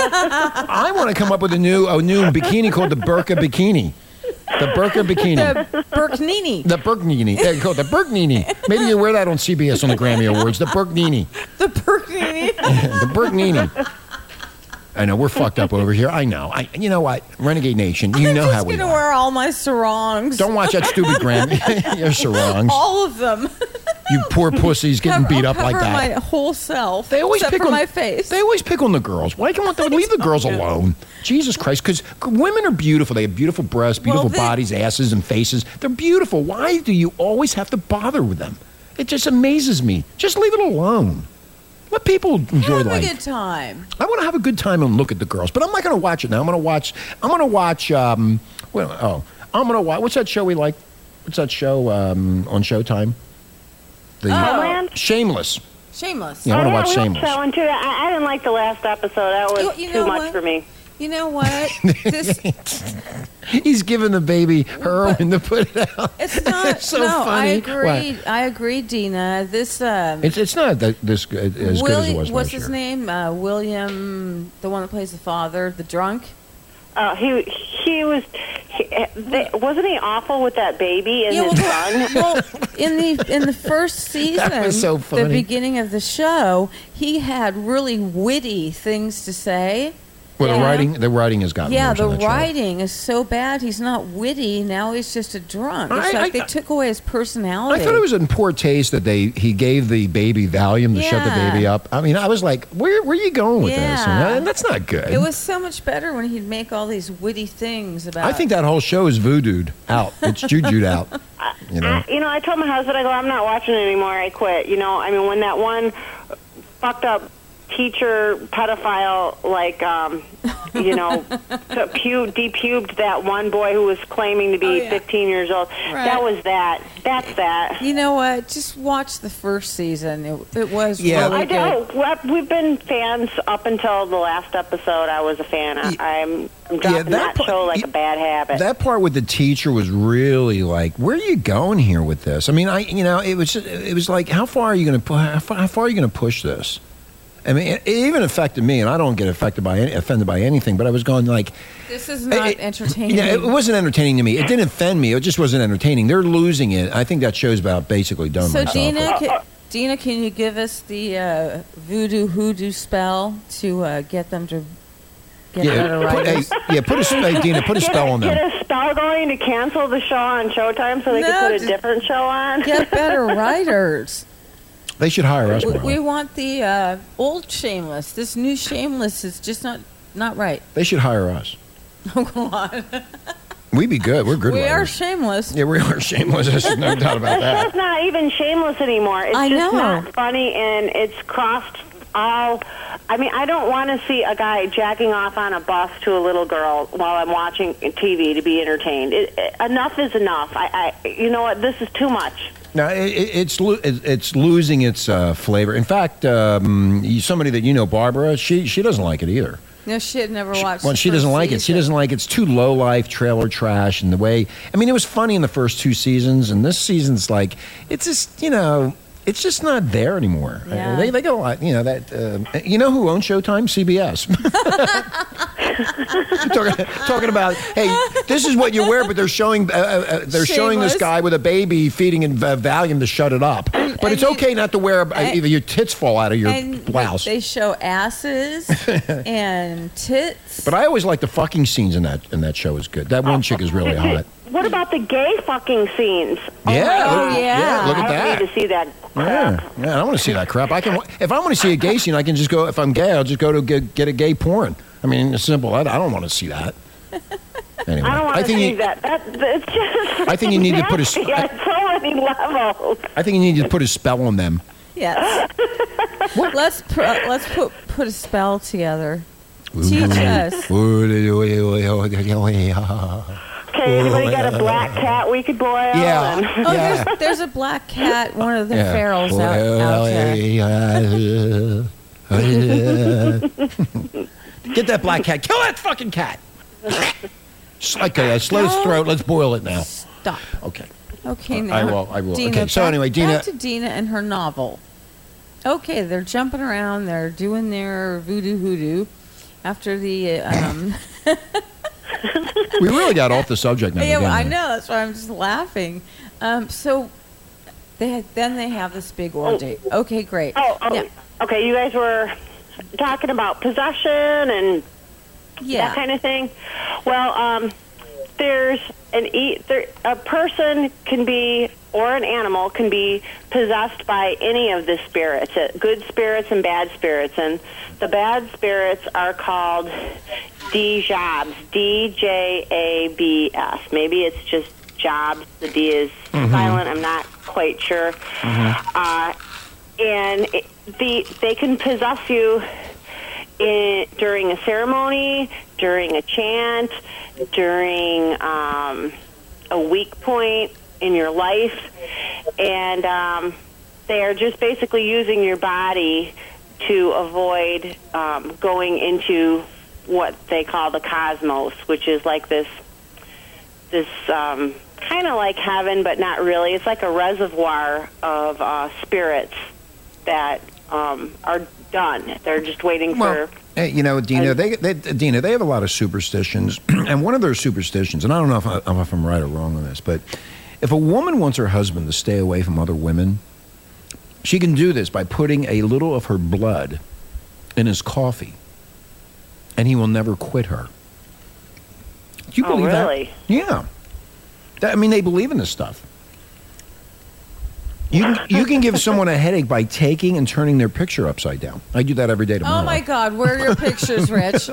Speaker 3: I want to come up with a new a new bikini called the burqa bikini. The burqa bikini.
Speaker 4: the Burknini,
Speaker 3: The burknini. Yeah, called the burknini. Maybe you wear that on CBS on the Grammy Awards. The burknini. *laughs*
Speaker 4: the Burknini.
Speaker 3: The burknini. I know we're fucked up over here. I know. I you know what? Renegade Nation. You know
Speaker 4: I'm
Speaker 3: how
Speaker 4: just
Speaker 3: we
Speaker 4: gonna
Speaker 3: are.
Speaker 4: wear all my sarongs.
Speaker 3: Don't watch that stupid Grammy. *laughs* You're sarongs.
Speaker 4: all of them.
Speaker 3: You poor pussies getting
Speaker 4: Cover-
Speaker 3: beat up
Speaker 4: I'll
Speaker 3: like
Speaker 4: cover
Speaker 3: that.
Speaker 4: Oh. *laughs* My whole self.
Speaker 3: They always
Speaker 4: except
Speaker 3: pick
Speaker 4: for
Speaker 3: on
Speaker 4: my face.
Speaker 3: They always pick on the girls. Why can't
Speaker 4: *laughs*
Speaker 3: they leave the girls alone? Jesus Christ! Because women are beautiful. They have beautiful breasts,
Speaker 4: Well,
Speaker 3: beautiful
Speaker 4: they-
Speaker 3: bodies, asses, and faces. They're beautiful. Why do you always have to bother with them? It just amazes me. Just leave it alone. Let people enjoy
Speaker 4: have
Speaker 3: life.
Speaker 4: a good time.
Speaker 3: I want to have a good time and look at the girls, but I'm not going to watch it now. I'm going to watch. I'm going to watch. Um, well, oh, I'm going to watch. What's that show we like? What's that show um, on Showtime? The
Speaker 8: Homeland?
Speaker 3: Shameless.
Speaker 4: Oh, Shameless.
Speaker 3: Yeah, I want to
Speaker 8: oh,
Speaker 3: watch
Speaker 8: yeah, we watched
Speaker 3: Shameless.
Speaker 8: that one too. I, I didn't like the last episode. That was
Speaker 4: You- you
Speaker 8: too
Speaker 4: know
Speaker 8: much
Speaker 4: what?
Speaker 8: for me.
Speaker 4: You
Speaker 3: *laughs*
Speaker 4: know what? This
Speaker 3: He's giving the baby heroin to put it out.
Speaker 4: it's not.
Speaker 3: It's so
Speaker 4: no, I
Speaker 3: funny.
Speaker 4: agree. I agree, Dina. This um,
Speaker 3: It's, it's not that this g- as good as
Speaker 4: Willi-
Speaker 3: it was
Speaker 4: what's
Speaker 3: last
Speaker 4: his
Speaker 3: year.
Speaker 4: name? Uh, William, the one that plays the father, the drunk.
Speaker 8: Uh, he he was he, eh, they, wasn't he awful with that baby and his son?
Speaker 4: well, in the in
Speaker 3: *laughs*
Speaker 4: the first season,
Speaker 3: was so
Speaker 4: the
Speaker 3: funny.
Speaker 4: beginning of the show, he had really witty things to say.
Speaker 3: Well, the
Speaker 4: Yeah.
Speaker 3: writing the writing has gotten
Speaker 4: yeah,
Speaker 3: worse
Speaker 4: the
Speaker 3: on that show.
Speaker 4: writing is so bad. He's not witty now. He's just a drunk. It's
Speaker 3: I-
Speaker 4: like
Speaker 3: I-
Speaker 4: they took away his personality.
Speaker 3: I thought it was in poor taste that they he gave the baby Valium to shut the
Speaker 4: Yeah.
Speaker 3: baby up. I mean, I was like, where where are you going with this? And,
Speaker 4: Yeah.
Speaker 3: that- and that's not good.
Speaker 4: It was so much better when he'd make all these witty things about.
Speaker 3: I think that whole show is voodooed out. It's jujued out. You know,
Speaker 8: *laughs* I, you know, I told my husband, I go, I'm not watching it anymore. I quit. You know, I mean, when that one fucked up teacher pedophile, like, um, you know, to pu- depubed that one boy who was claiming to be
Speaker 4: Oh, yeah.
Speaker 8: 15 years old. That was that. That's that.
Speaker 4: You know what? Just watch the first season. It, it was
Speaker 3: Yeah.
Speaker 4: really
Speaker 8: I
Speaker 4: good.
Speaker 8: don't. well, We've been fans up until the last episode. I was a fan. I, I'm, I'm dropping
Speaker 3: that
Speaker 8: that,
Speaker 3: part-
Speaker 8: show like
Speaker 3: y-
Speaker 8: a bad habit.
Speaker 3: that part with the teacher was really like, where are you going here with this? I mean, I you know, it was it was like, how far are you going to how far, how far are you going to push this? I mean, it, it even affected me, and I don't get affected by any, offended by anything. But I was going like,
Speaker 4: This is not
Speaker 3: it-
Speaker 4: entertaining.
Speaker 3: yeah, it wasn't entertaining to me. It didn't offend me. It just wasn't entertaining. They're losing it. I think that show's about basically done.
Speaker 4: so
Speaker 3: myself.
Speaker 4: Dina, can, Dina, can you give us the uh, voodoo hoodoo spell to uh, get them to get better
Speaker 3: yeah, put,
Speaker 4: writers?
Speaker 3: hey, yeah, put a sp- hey, Dina, put a
Speaker 8: Get
Speaker 3: spell on them.
Speaker 8: Get a spell going to cancel the show on Showtime so they
Speaker 4: No,
Speaker 8: can put a
Speaker 4: just-
Speaker 8: different show on.
Speaker 4: Get better writers.
Speaker 3: They should hire us.
Speaker 4: we,
Speaker 3: Marla.
Speaker 4: we want the uh, old Shameless. This new Shameless is just not not right. *laughs*
Speaker 3: they should hire us.
Speaker 4: Oh, come on.
Speaker 3: We'd be good. We're good.
Speaker 4: we are
Speaker 3: writers.
Speaker 4: Shameless.
Speaker 3: yeah, we are shameless. *laughs* There's no doubt about that.
Speaker 8: It's not even shameless anymore. It's
Speaker 4: I
Speaker 8: just
Speaker 4: know.
Speaker 8: not funny, and it's crossed all. I mean, I don't want to see a guy jacking off on a bus to a little girl while I'm watching TV to be entertained. It, it, enough is enough. I, I, you know what? This is too much.
Speaker 3: No, it, it- it's lo- it, it's losing its uh, flavor. In fact, um, you- somebody that you know, Barbara, she she doesn't like it either.
Speaker 4: No shit, never watched.
Speaker 3: Well, she
Speaker 4: the
Speaker 3: doesn't
Speaker 4: first
Speaker 3: like it. She
Speaker 4: season.
Speaker 3: doesn't like it. It's too low life, trailer trash, and the way. I mean, it was funny in the first two seasons, and this season's like, it's just you know, it's just not there anymore. Uh,
Speaker 4: Yeah.
Speaker 3: They they got a lot, you know that. Uh, you know who owns Showtime? *laughs* CBS. talking, talking about hey, this is what you wear, but they're showing uh, uh, they're showing this
Speaker 4: Shameless.
Speaker 3: guy with a baby feeding in uh, Valium to shut it up. But
Speaker 4: and
Speaker 3: it's
Speaker 4: you-
Speaker 3: okay not to wear uh,
Speaker 4: and-
Speaker 3: either your tits fall out of your
Speaker 4: And like,
Speaker 3: blouse.
Speaker 4: They show
Speaker 3: *laughs*
Speaker 4: asses and tits.
Speaker 3: But I always like the fucking scenes in that in that show is good. That one chick is really hot.
Speaker 8: What about the gay fucking scenes? Oh
Speaker 3: Yeah,
Speaker 8: my
Speaker 3: look-
Speaker 8: God.
Speaker 4: yeah,
Speaker 3: look at
Speaker 8: I
Speaker 3: that.
Speaker 8: need to see that. crap.
Speaker 3: Yeah, yeah. I want to see that crap. I can if I want to see a gay scene, I can just go. If I'm gay, I'll just go to get, get a gay porn. I mean, it's simple. I, I don't want to see that. Anyway,
Speaker 8: I don't want to
Speaker 3: think
Speaker 8: see
Speaker 3: you,
Speaker 8: that. that. It's just.
Speaker 3: I think you need to put a s-
Speaker 8: *laughs* nasty on so many levels.
Speaker 3: I think you need to put a spell on them.
Speaker 4: yes. let's pr- let's put put a spell together. Teach us.
Speaker 3: Yeah,
Speaker 8: Okay, anybody got a black cat we could boil? And
Speaker 4: Oh,
Speaker 3: yeah.
Speaker 4: there's, there's a black cat, one of the
Speaker 3: Yeah. Oh,
Speaker 4: ferals out, out there.
Speaker 3: *laughs* Get that black cat. Kill that fucking cat. Just like a, a slow
Speaker 4: No.
Speaker 3: throat. Let's boil it now.
Speaker 4: Stop.
Speaker 3: Okay.
Speaker 4: Okay, now.
Speaker 3: I will- I will.
Speaker 4: Dina,
Speaker 3: Okay, so
Speaker 4: back-
Speaker 3: anyway, Dina-
Speaker 4: Back to Dina and her novel. Okay, they're jumping around. They're doing their voodoo hoodoo
Speaker 3: *coughs*
Speaker 4: after the. Um,
Speaker 3: We really got off the subject now.
Speaker 4: *laughs* yeah, well, I
Speaker 3: didn't we?
Speaker 4: know. That's why I'm just laughing. Um, so they had, then they have this big orgy. Okay, great.
Speaker 8: Oh, oh
Speaker 4: Yeah.
Speaker 8: okay. You guys were talking about possession and
Speaker 4: Yeah.
Speaker 8: that kind of thing. Well, um, there's an e- there, a person can be or an animal can be possessed by any of the spirits, uh, good spirits and bad spirits, and the bad spirits are called D-jobs, D J A B S. Maybe it's just jobs. The D is silent. I'm not quite sure. Uh, and it, the they can possess you in, during a ceremony, during a chant, during um, a weak point in your life, and um, they are just basically using your body to avoid um, going into what they call the cosmos, which is like this this um, kind of like heaven, but not really. It's like a reservoir of uh, spirits that um, are done. They're just waiting
Speaker 3: Well,
Speaker 8: for.
Speaker 3: eh, you know, Dina, they, they, Dina, they have a lot of superstitions, *clears throat* and one of their superstitions, and I don't know if, I, if I'm right or wrong on this, but if a woman wants her husband to stay away from other women, she can do this by putting a little of her blood in his coffee, and he will never quit her. Do you
Speaker 8: Oh,
Speaker 3: believe
Speaker 8: really?
Speaker 3: that? Yeah. That- I mean, they believe in this stuff. You can, you can
Speaker 8: *laughs*
Speaker 3: give someone a headache by taking and turning their picture upside down. I do that every day tomorrow.
Speaker 4: Oh my God, where are your
Speaker 3: *laughs*
Speaker 4: pictures, Rich?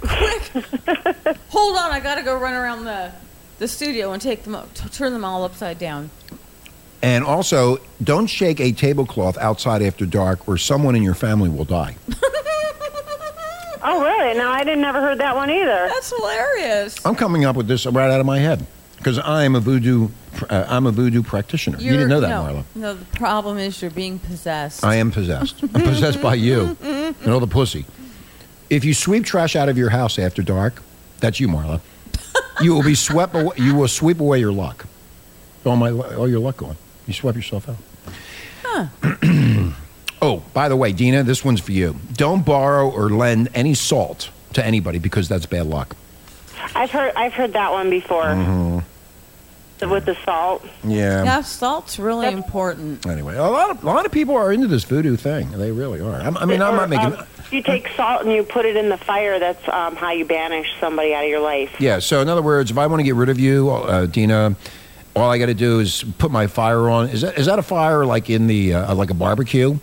Speaker 4: Quick! Hold on, I gotta go run around the the studio and take them, up, t- turn them all upside down.
Speaker 3: And also, don't shake a tablecloth outside after dark, or someone in your family will die.
Speaker 8: Oh, really? No, I didn't never heard that one either.
Speaker 4: That's hilarious.
Speaker 3: I'm coming up with this right out of my head because I'm a voodoo. Uh, I'm a voodoo practitioner. you didn't know that,
Speaker 4: no,
Speaker 3: Marla.
Speaker 4: No, the problem is you're being possessed.
Speaker 3: I am possessed. *laughs* I'm possessed by you and all the pussy. If you sweep trash out of your house after dark, that's you, *laughs* Marla. You will be swept. Away, you will sweep away your luck. All my, all your luck gone. You swept yourself out. *clears throat* oh, by the way, Dina, this one's for you. Don't borrow or lend any salt to anybody because that's bad luck.
Speaker 8: I've heard I've heard that one before. The- With the salt.
Speaker 4: yeah, salt's really important.
Speaker 3: Anyway, a lot of a lot of people are into this voodoo thing. They really are. I'm, I mean, I'm
Speaker 8: Or,
Speaker 3: not making.
Speaker 8: um, you take salt and you put it in the fire. That's um, how you banish somebody out of your life.
Speaker 3: Yeah. So in other words, if I want to get rid of you, uh, Dina, all I got to do is put my fire on. Is that is that a fire like in the uh, like a barbecue,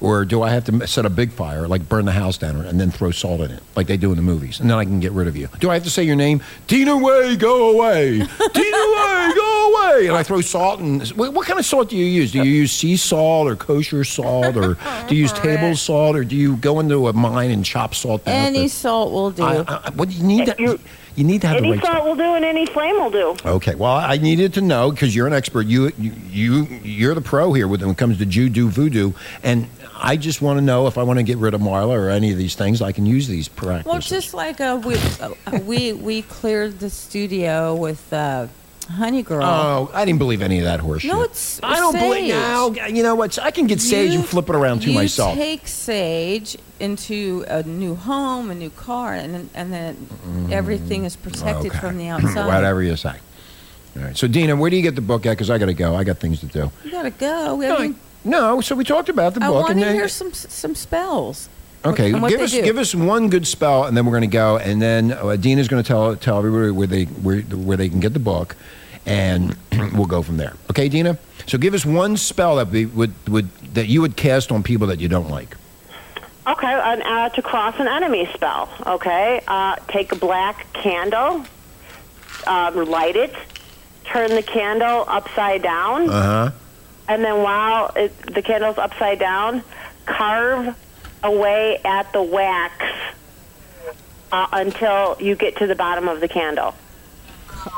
Speaker 3: or do I have to set a big fire, like burn the house down, and then throw salt in it, like they do in the movies, and then I can get rid of you? Do I have to say your name, Dina Way, go away, Dina Way, go away, and I throw salt and what, what kind of salt do you use? Do you use sea salt or kosher salt, or do you use table salt, or do you go into a mine and chop salt down?
Speaker 4: Any salt will do.
Speaker 3: I, I, I- what you need to
Speaker 8: You-
Speaker 3: you need to have the
Speaker 8: Any
Speaker 3: right
Speaker 8: salt will do, and any flame will do.
Speaker 3: Okay. Well, I needed to know because you're an expert. You you you're the pro here when it comes to Jew do voodoo, and I just want to know if I want to get rid of Marla or any of these things, I can use these practices.
Speaker 4: Well, just like uh, we uh, we we cleared the studio with uh, Honey Girl.
Speaker 3: Oh, I didn't believe any of that horseshit.
Speaker 4: No, it's-
Speaker 3: I don't believe.
Speaker 4: sage.
Speaker 3: No, you know what? I can get sage and flip it around to
Speaker 4: you
Speaker 3: myself. *clears throat*
Speaker 4: take Sage into a new home, a new car, and and then everything is protected
Speaker 3: Mm-hmm. Okay. *clears throat*
Speaker 4: from the outside.
Speaker 3: Whatever you say. All right. So, Dina, where do you get the book at? Because I got to go. I got things to do.
Speaker 4: You gotta go. We
Speaker 3: No,
Speaker 4: haven't-
Speaker 3: no, so we talked about the
Speaker 4: I
Speaker 3: book.
Speaker 4: want
Speaker 3: and
Speaker 4: to
Speaker 3: then,
Speaker 4: hear some some spells.
Speaker 3: okay,
Speaker 4: and what
Speaker 3: give
Speaker 4: they
Speaker 3: us
Speaker 4: do.
Speaker 3: give us one good spell, and then we're going to go. And then uh, Dina's going to tell tell everybody where they where, where they can get the book, and *clears throat* we'll go from there. Okay, Dina. So give us one spell that we would would that you would cast on people that you don't like.
Speaker 8: Okay, an, uh, to cross an enemy spell. Okay, uh, take a black candle, um, light it, turn the candle upside down,
Speaker 3: Uh huh.
Speaker 8: and then while it, the candle's upside down, carve away at the wax uh, until you get to the bottom of the candle.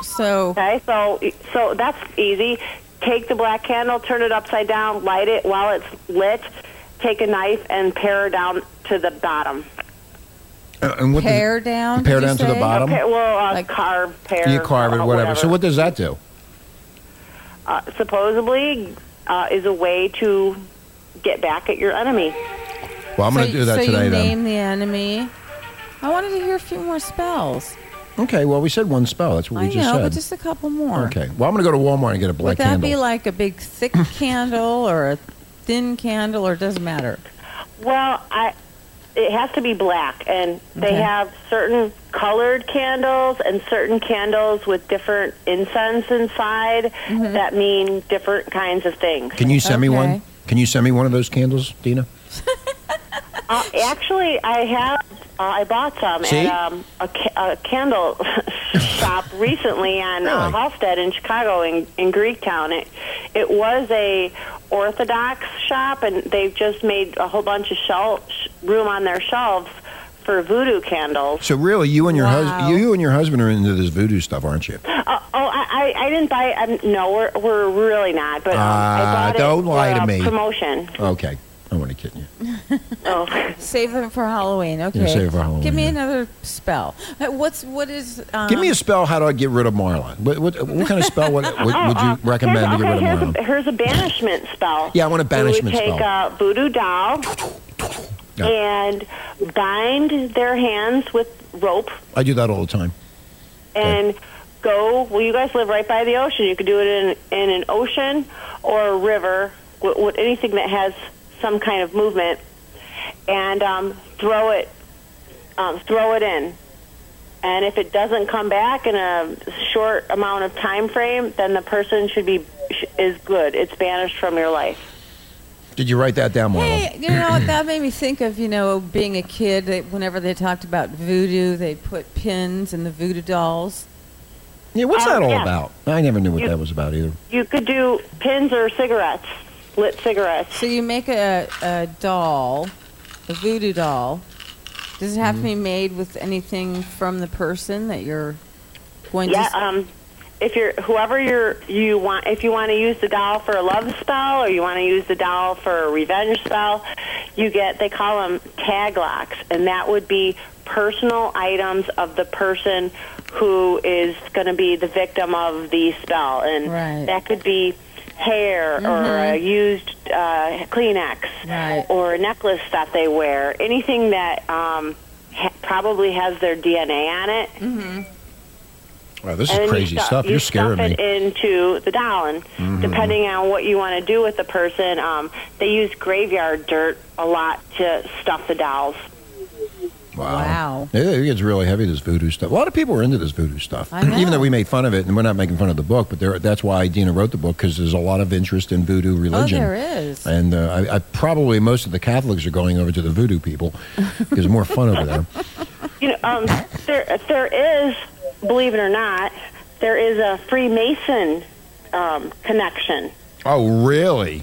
Speaker 4: So
Speaker 8: Okay, so so that's easy. Take the black candle, turn it upside down, light it while it's lit. Take a knife and pare down to the bottom.
Speaker 3: Uh, And what does-
Speaker 4: pare down.
Speaker 3: Pare
Speaker 4: did you
Speaker 3: down to the
Speaker 4: say?
Speaker 3: bottom?
Speaker 8: Okay, well, uh,
Speaker 4: Like-
Speaker 8: carve, pear,
Speaker 3: you carve it,
Speaker 8: uh,
Speaker 3: whatever. So what does that do?
Speaker 8: uh, supposedly uh, is a way to get back at your enemy.
Speaker 3: Well, I'm
Speaker 4: so,
Speaker 3: going to do that
Speaker 4: so
Speaker 3: today
Speaker 4: you
Speaker 3: then.
Speaker 4: name the enemy. I wanted to hear a few more spells.
Speaker 3: Okay, well, we said one spell. That's what
Speaker 4: I
Speaker 3: we just
Speaker 4: know,
Speaker 3: said.
Speaker 4: but just a couple more.
Speaker 3: okay. Well, I'm going to go to Walmart and get a
Speaker 4: Would
Speaker 3: black
Speaker 4: that
Speaker 3: candle.
Speaker 4: be like a
Speaker 3: *coughs*
Speaker 4: big thick candle or a thin candle or it doesn't matter?
Speaker 8: Well, I it has to be black, and they
Speaker 4: Okay.
Speaker 8: have certain colored candles and certain candles with different incense inside
Speaker 3: Mm-hmm.
Speaker 8: that mean different kinds of things.
Speaker 3: Can you send me one?
Speaker 4: Okay.
Speaker 3: Can you send me one of those candles, Dina?
Speaker 8: Uh, actually, I have. Uh, I bought some
Speaker 3: See?
Speaker 8: at um, a, ca- a candle *laughs* shop recently on uh,
Speaker 3: Really?
Speaker 8: Halstead in Chicago in, in Greektown. It it was a Orthodox shop, and they've just made a whole bunch of shel- sh- room on their shelves for voodoo candles.
Speaker 3: So really, you and your
Speaker 4: Wow.
Speaker 3: husband, you and your husband are into this voodoo stuff, aren't you?
Speaker 8: Uh, oh, I, I I didn't buy. Um, no, we're we're really not. But um, I
Speaker 3: Ah,
Speaker 8: bought
Speaker 3: don't
Speaker 8: it
Speaker 3: lie
Speaker 8: for
Speaker 3: to
Speaker 8: a
Speaker 3: me.
Speaker 8: Promotion.
Speaker 3: Okay, I'm only kidding you.
Speaker 8: Oh.
Speaker 4: Save them for Halloween. Okay.
Speaker 3: save it for Halloween,
Speaker 4: Give me
Speaker 3: yeah.
Speaker 4: another spell. Uh, What's what is?
Speaker 8: Uh-huh.
Speaker 4: Um,
Speaker 3: Give me a spell. How do I get rid of Marla? What, what, what kind of spell would, would, would
Speaker 8: *laughs* Oh,
Speaker 3: you
Speaker 8: uh,
Speaker 3: recommend to
Speaker 8: here's,
Speaker 3: get rid
Speaker 8: okay,
Speaker 3: of
Speaker 8: here's a,
Speaker 3: Marla?
Speaker 8: here's a banishment spell.
Speaker 3: Yeah, I want a
Speaker 8: we
Speaker 3: banishment
Speaker 8: would take uh,
Speaker 3: spell.
Speaker 8: a voodoo doll
Speaker 3: Yeah.
Speaker 8: and bind their hands with rope
Speaker 3: I do that all the time.
Speaker 8: and go. Well, you guys live right by the ocean. You could do it in in an ocean or a river, with, with anything that has some kind of movement, and um, throw it um, throw it in. And if it doesn't come back in a short amount of time frame, then the person should be sh- is good. It's banished from your life.
Speaker 3: Did you write that down, Marla?
Speaker 4: Hey, you know
Speaker 3: *clears throat*
Speaker 4: what? That made me think of you know being a kid. That whenever they talked about voodoo, they put pins in the voodoo dolls.
Speaker 3: yeah, what's
Speaker 8: um,
Speaker 3: that all
Speaker 8: yeah.
Speaker 3: about? I never knew what
Speaker 8: You-
Speaker 3: that was about either.
Speaker 8: You could do pins or cigarettes, lit cigarettes.
Speaker 4: So you make a, a doll, a voodoo doll. Does it have
Speaker 3: Mm-hmm.
Speaker 4: to be made with anything from the person that you're going
Speaker 8: Yeah,
Speaker 4: to?
Speaker 8: um, if you're whoever you're you want, if you want to use the doll for a love spell or you want to use the doll for a revenge spell, you get they call them tag locks, and that would be personal items of the person who is going to be the victim of the spell, and
Speaker 4: Right. Mm-hmm.
Speaker 8: that could be hair or a used uh, Kleenex
Speaker 4: Right.
Speaker 8: or a necklace that they wear, anything that. Um, ha- Probably has their DNA on it,
Speaker 3: Wow, this is
Speaker 8: and then
Speaker 3: crazy
Speaker 8: you stuff,
Speaker 3: stuff.
Speaker 8: You
Speaker 3: You're scaring
Speaker 8: stuff
Speaker 3: me. Mm-hmm.
Speaker 8: it into the doll, and depending on what you want to do with the person, um, they use graveyard dirt a lot to stuff the dolls.
Speaker 4: Wow.
Speaker 3: Yeah, it gets really heavy, this voodoo stuff. A lot of people are into this voodoo stuff.
Speaker 4: I know.
Speaker 3: Even though we make fun of it, and we're not making fun of the book, but there, that's why Dina wrote the book, because there's a lot of interest in voodoo religion.
Speaker 4: Oh, there is.
Speaker 3: And uh, I, I probably most of the Catholics are going over to the voodoo people because it's more fun over there.
Speaker 8: You know, um, there there is, believe it or not, there is a Freemason um, connection.
Speaker 3: *laughs* Oh, really?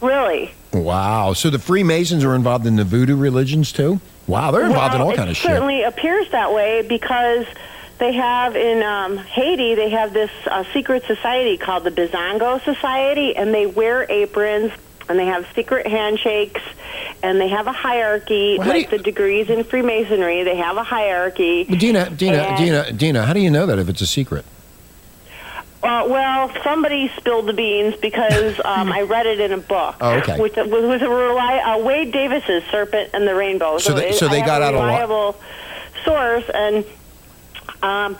Speaker 8: Really,
Speaker 3: Wow. So the Freemasons are involved in the voodoo religions too? Wow, they're involved in
Speaker 8: Well,
Speaker 3: all
Speaker 8: it
Speaker 3: kind of shit.
Speaker 8: certainly appears that way because they have in um, Haiti they have this uh, secret society called the Bizongo Society, and they wear aprons and they have secret handshakes and they have a hierarchy,
Speaker 3: Well, how do
Speaker 8: like
Speaker 3: you-
Speaker 8: the degrees in Freemasonry. They have a hierarchy.
Speaker 3: Well, Dina, Dina,
Speaker 8: And-
Speaker 3: Dina, Dina, how do you know that if it's a secret?
Speaker 8: Uh, well, somebody spilled the beans
Speaker 3: *laughs*
Speaker 8: because um, I read it in a book.
Speaker 3: Oh, okay.
Speaker 8: With, with, with a reli- uh, Wade Davis's Serpent and the Rainbow.
Speaker 3: So they-
Speaker 8: it-
Speaker 3: so they
Speaker 8: I
Speaker 3: got out
Speaker 8: have
Speaker 3: a
Speaker 8: a
Speaker 3: lot-
Speaker 8: reliable source, and um,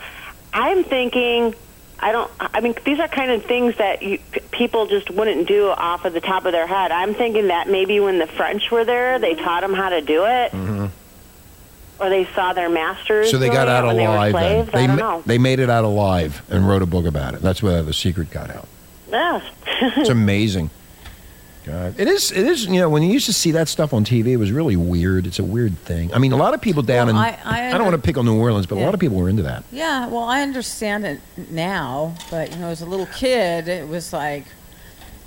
Speaker 8: I'm thinking. I don't. I mean, these are kind of things that you, p- people just wouldn't do off of the top of their head. I'm thinking that maybe when the French were there,
Speaker 3: Mm-hmm.
Speaker 8: they taught them how to do it, or they saw their masters.
Speaker 3: So they
Speaker 8: doing
Speaker 3: got
Speaker 8: it
Speaker 3: out
Speaker 8: when they were
Speaker 3: alive. then.
Speaker 8: slaves. I don't
Speaker 3: ma-
Speaker 8: know.
Speaker 3: they made it out alive and wrote a book about it. That's where the secret got
Speaker 8: *laughs*
Speaker 3: out.
Speaker 8: Yeah.
Speaker 3: It's amazing. God. It is. It is. You know, when you used to see that stuff on TV, it was really weird. It's a weird thing. I mean, a lot of people down
Speaker 4: Well,
Speaker 3: in.
Speaker 4: I- I
Speaker 3: don't
Speaker 4: under-
Speaker 3: want to pick on New Orleans, but a
Speaker 4: Yeah.
Speaker 3: lot of people were into that.
Speaker 4: Yeah, well, I understand it now, but you know, as a little kid, it was like,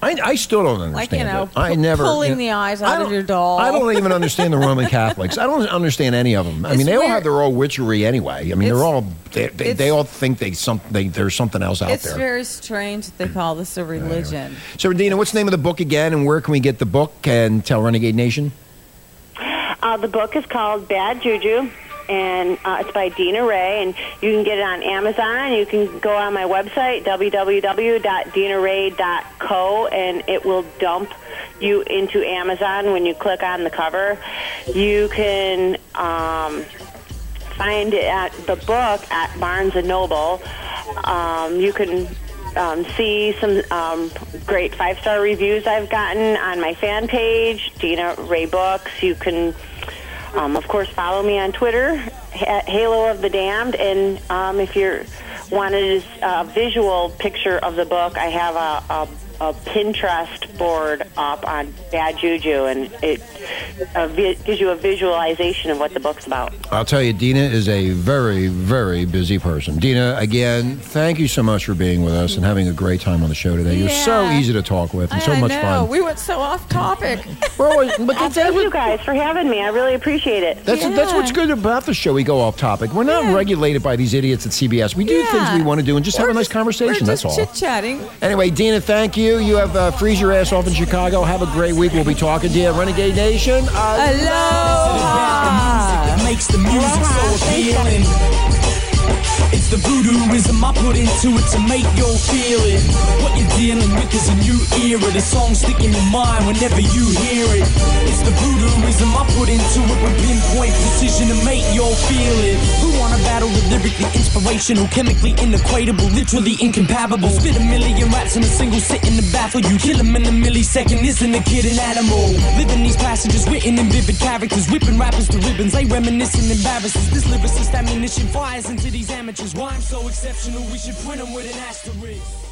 Speaker 3: I, I still don't understand.
Speaker 4: like you know,
Speaker 3: it. I
Speaker 4: pu-
Speaker 3: never
Speaker 4: pulling
Speaker 3: you know,
Speaker 4: the eyes
Speaker 3: I
Speaker 4: out of
Speaker 3: don't-
Speaker 4: your doll.
Speaker 3: I don't even understand the Roman Catholics. I don't understand any of them. I
Speaker 4: It's
Speaker 3: mean, they all
Speaker 4: weird.
Speaker 3: have their own witchery anyway. I mean, they're
Speaker 4: It's-
Speaker 3: all they, they, they
Speaker 4: it's-
Speaker 3: all think they some they, there's something else out
Speaker 4: It's
Speaker 3: there.
Speaker 4: very strange that they call this a religion.
Speaker 3: so, Dina, what's the name of the book again, and where can we get the book and tell Renegade Nation?
Speaker 8: Uh, the book is called Bad Juju, and uh, it's by Dina Ray, and you can get it on Amazon. You can go on my website, www.dinaray.co, and it will dump you into Amazon when you click on the cover. You can um, find it at the book at Barnes & Noble. Um, you can um, see some um, great five-star reviews I've gotten on my fan page, Dina Ray Books. You can, um, of course, follow me on Twitter, Ha- Halo of the Damned. And um, if you wanted a visual picture of the book, I have a, a a Pinterest board up on Bad Juju, and it uh, vi- gives you a visualization of what the book's about.
Speaker 3: I'll tell you, Dina is a very, very busy person. Dina, again, thank you so much for being with us and having a great time on the show today. You're so
Speaker 4: Yeah.
Speaker 3: easy to talk with and so
Speaker 4: I, I
Speaker 3: much
Speaker 4: know
Speaker 3: fun.
Speaker 4: we went so off topic.
Speaker 3: We're always-
Speaker 4: *laughs*
Speaker 3: but
Speaker 8: Well,
Speaker 3: that's,
Speaker 8: thank you guys for having me. I really appreciate it.
Speaker 3: that's, that's what's good about the show. We go off topic. We're not
Speaker 4: Yeah.
Speaker 3: regulated by these idiots at CBS. We do things
Speaker 4: Yeah.
Speaker 3: we want to do and just have
Speaker 4: We're
Speaker 3: a nice
Speaker 4: just-
Speaker 3: conversation.
Speaker 4: We're
Speaker 3: That's
Speaker 4: just
Speaker 3: all.
Speaker 4: Chit chatting.
Speaker 3: Anyway, Dina, thank you. You have uh, freeze your ass off in Chicago. Have a great week. We'll be talking to you, Renegade Nation. Uh,
Speaker 4: Aloha.
Speaker 6: that makes the music so appealing. It's the voodooism I put into it to make you feel it. What you're dealing with is a new era. The song stick in your mind whenever you hear it. It's the voodooism I put into it with pinpoint precision to make you feel it. Who wanna battle with lyrically inspirational, chemically inequatable, literally incompatible? Spit a million raps in a single sitting to baffle you. Kill 'em in a millisecond, isn't a kid an animal? Living these passages written in vivid characters, whipping rappers to ribbons. They reminiscing embarrasses. This lyricist ammunition fires into these amateurs. Rhymes so exceptional, we should print 'em with an asterisk.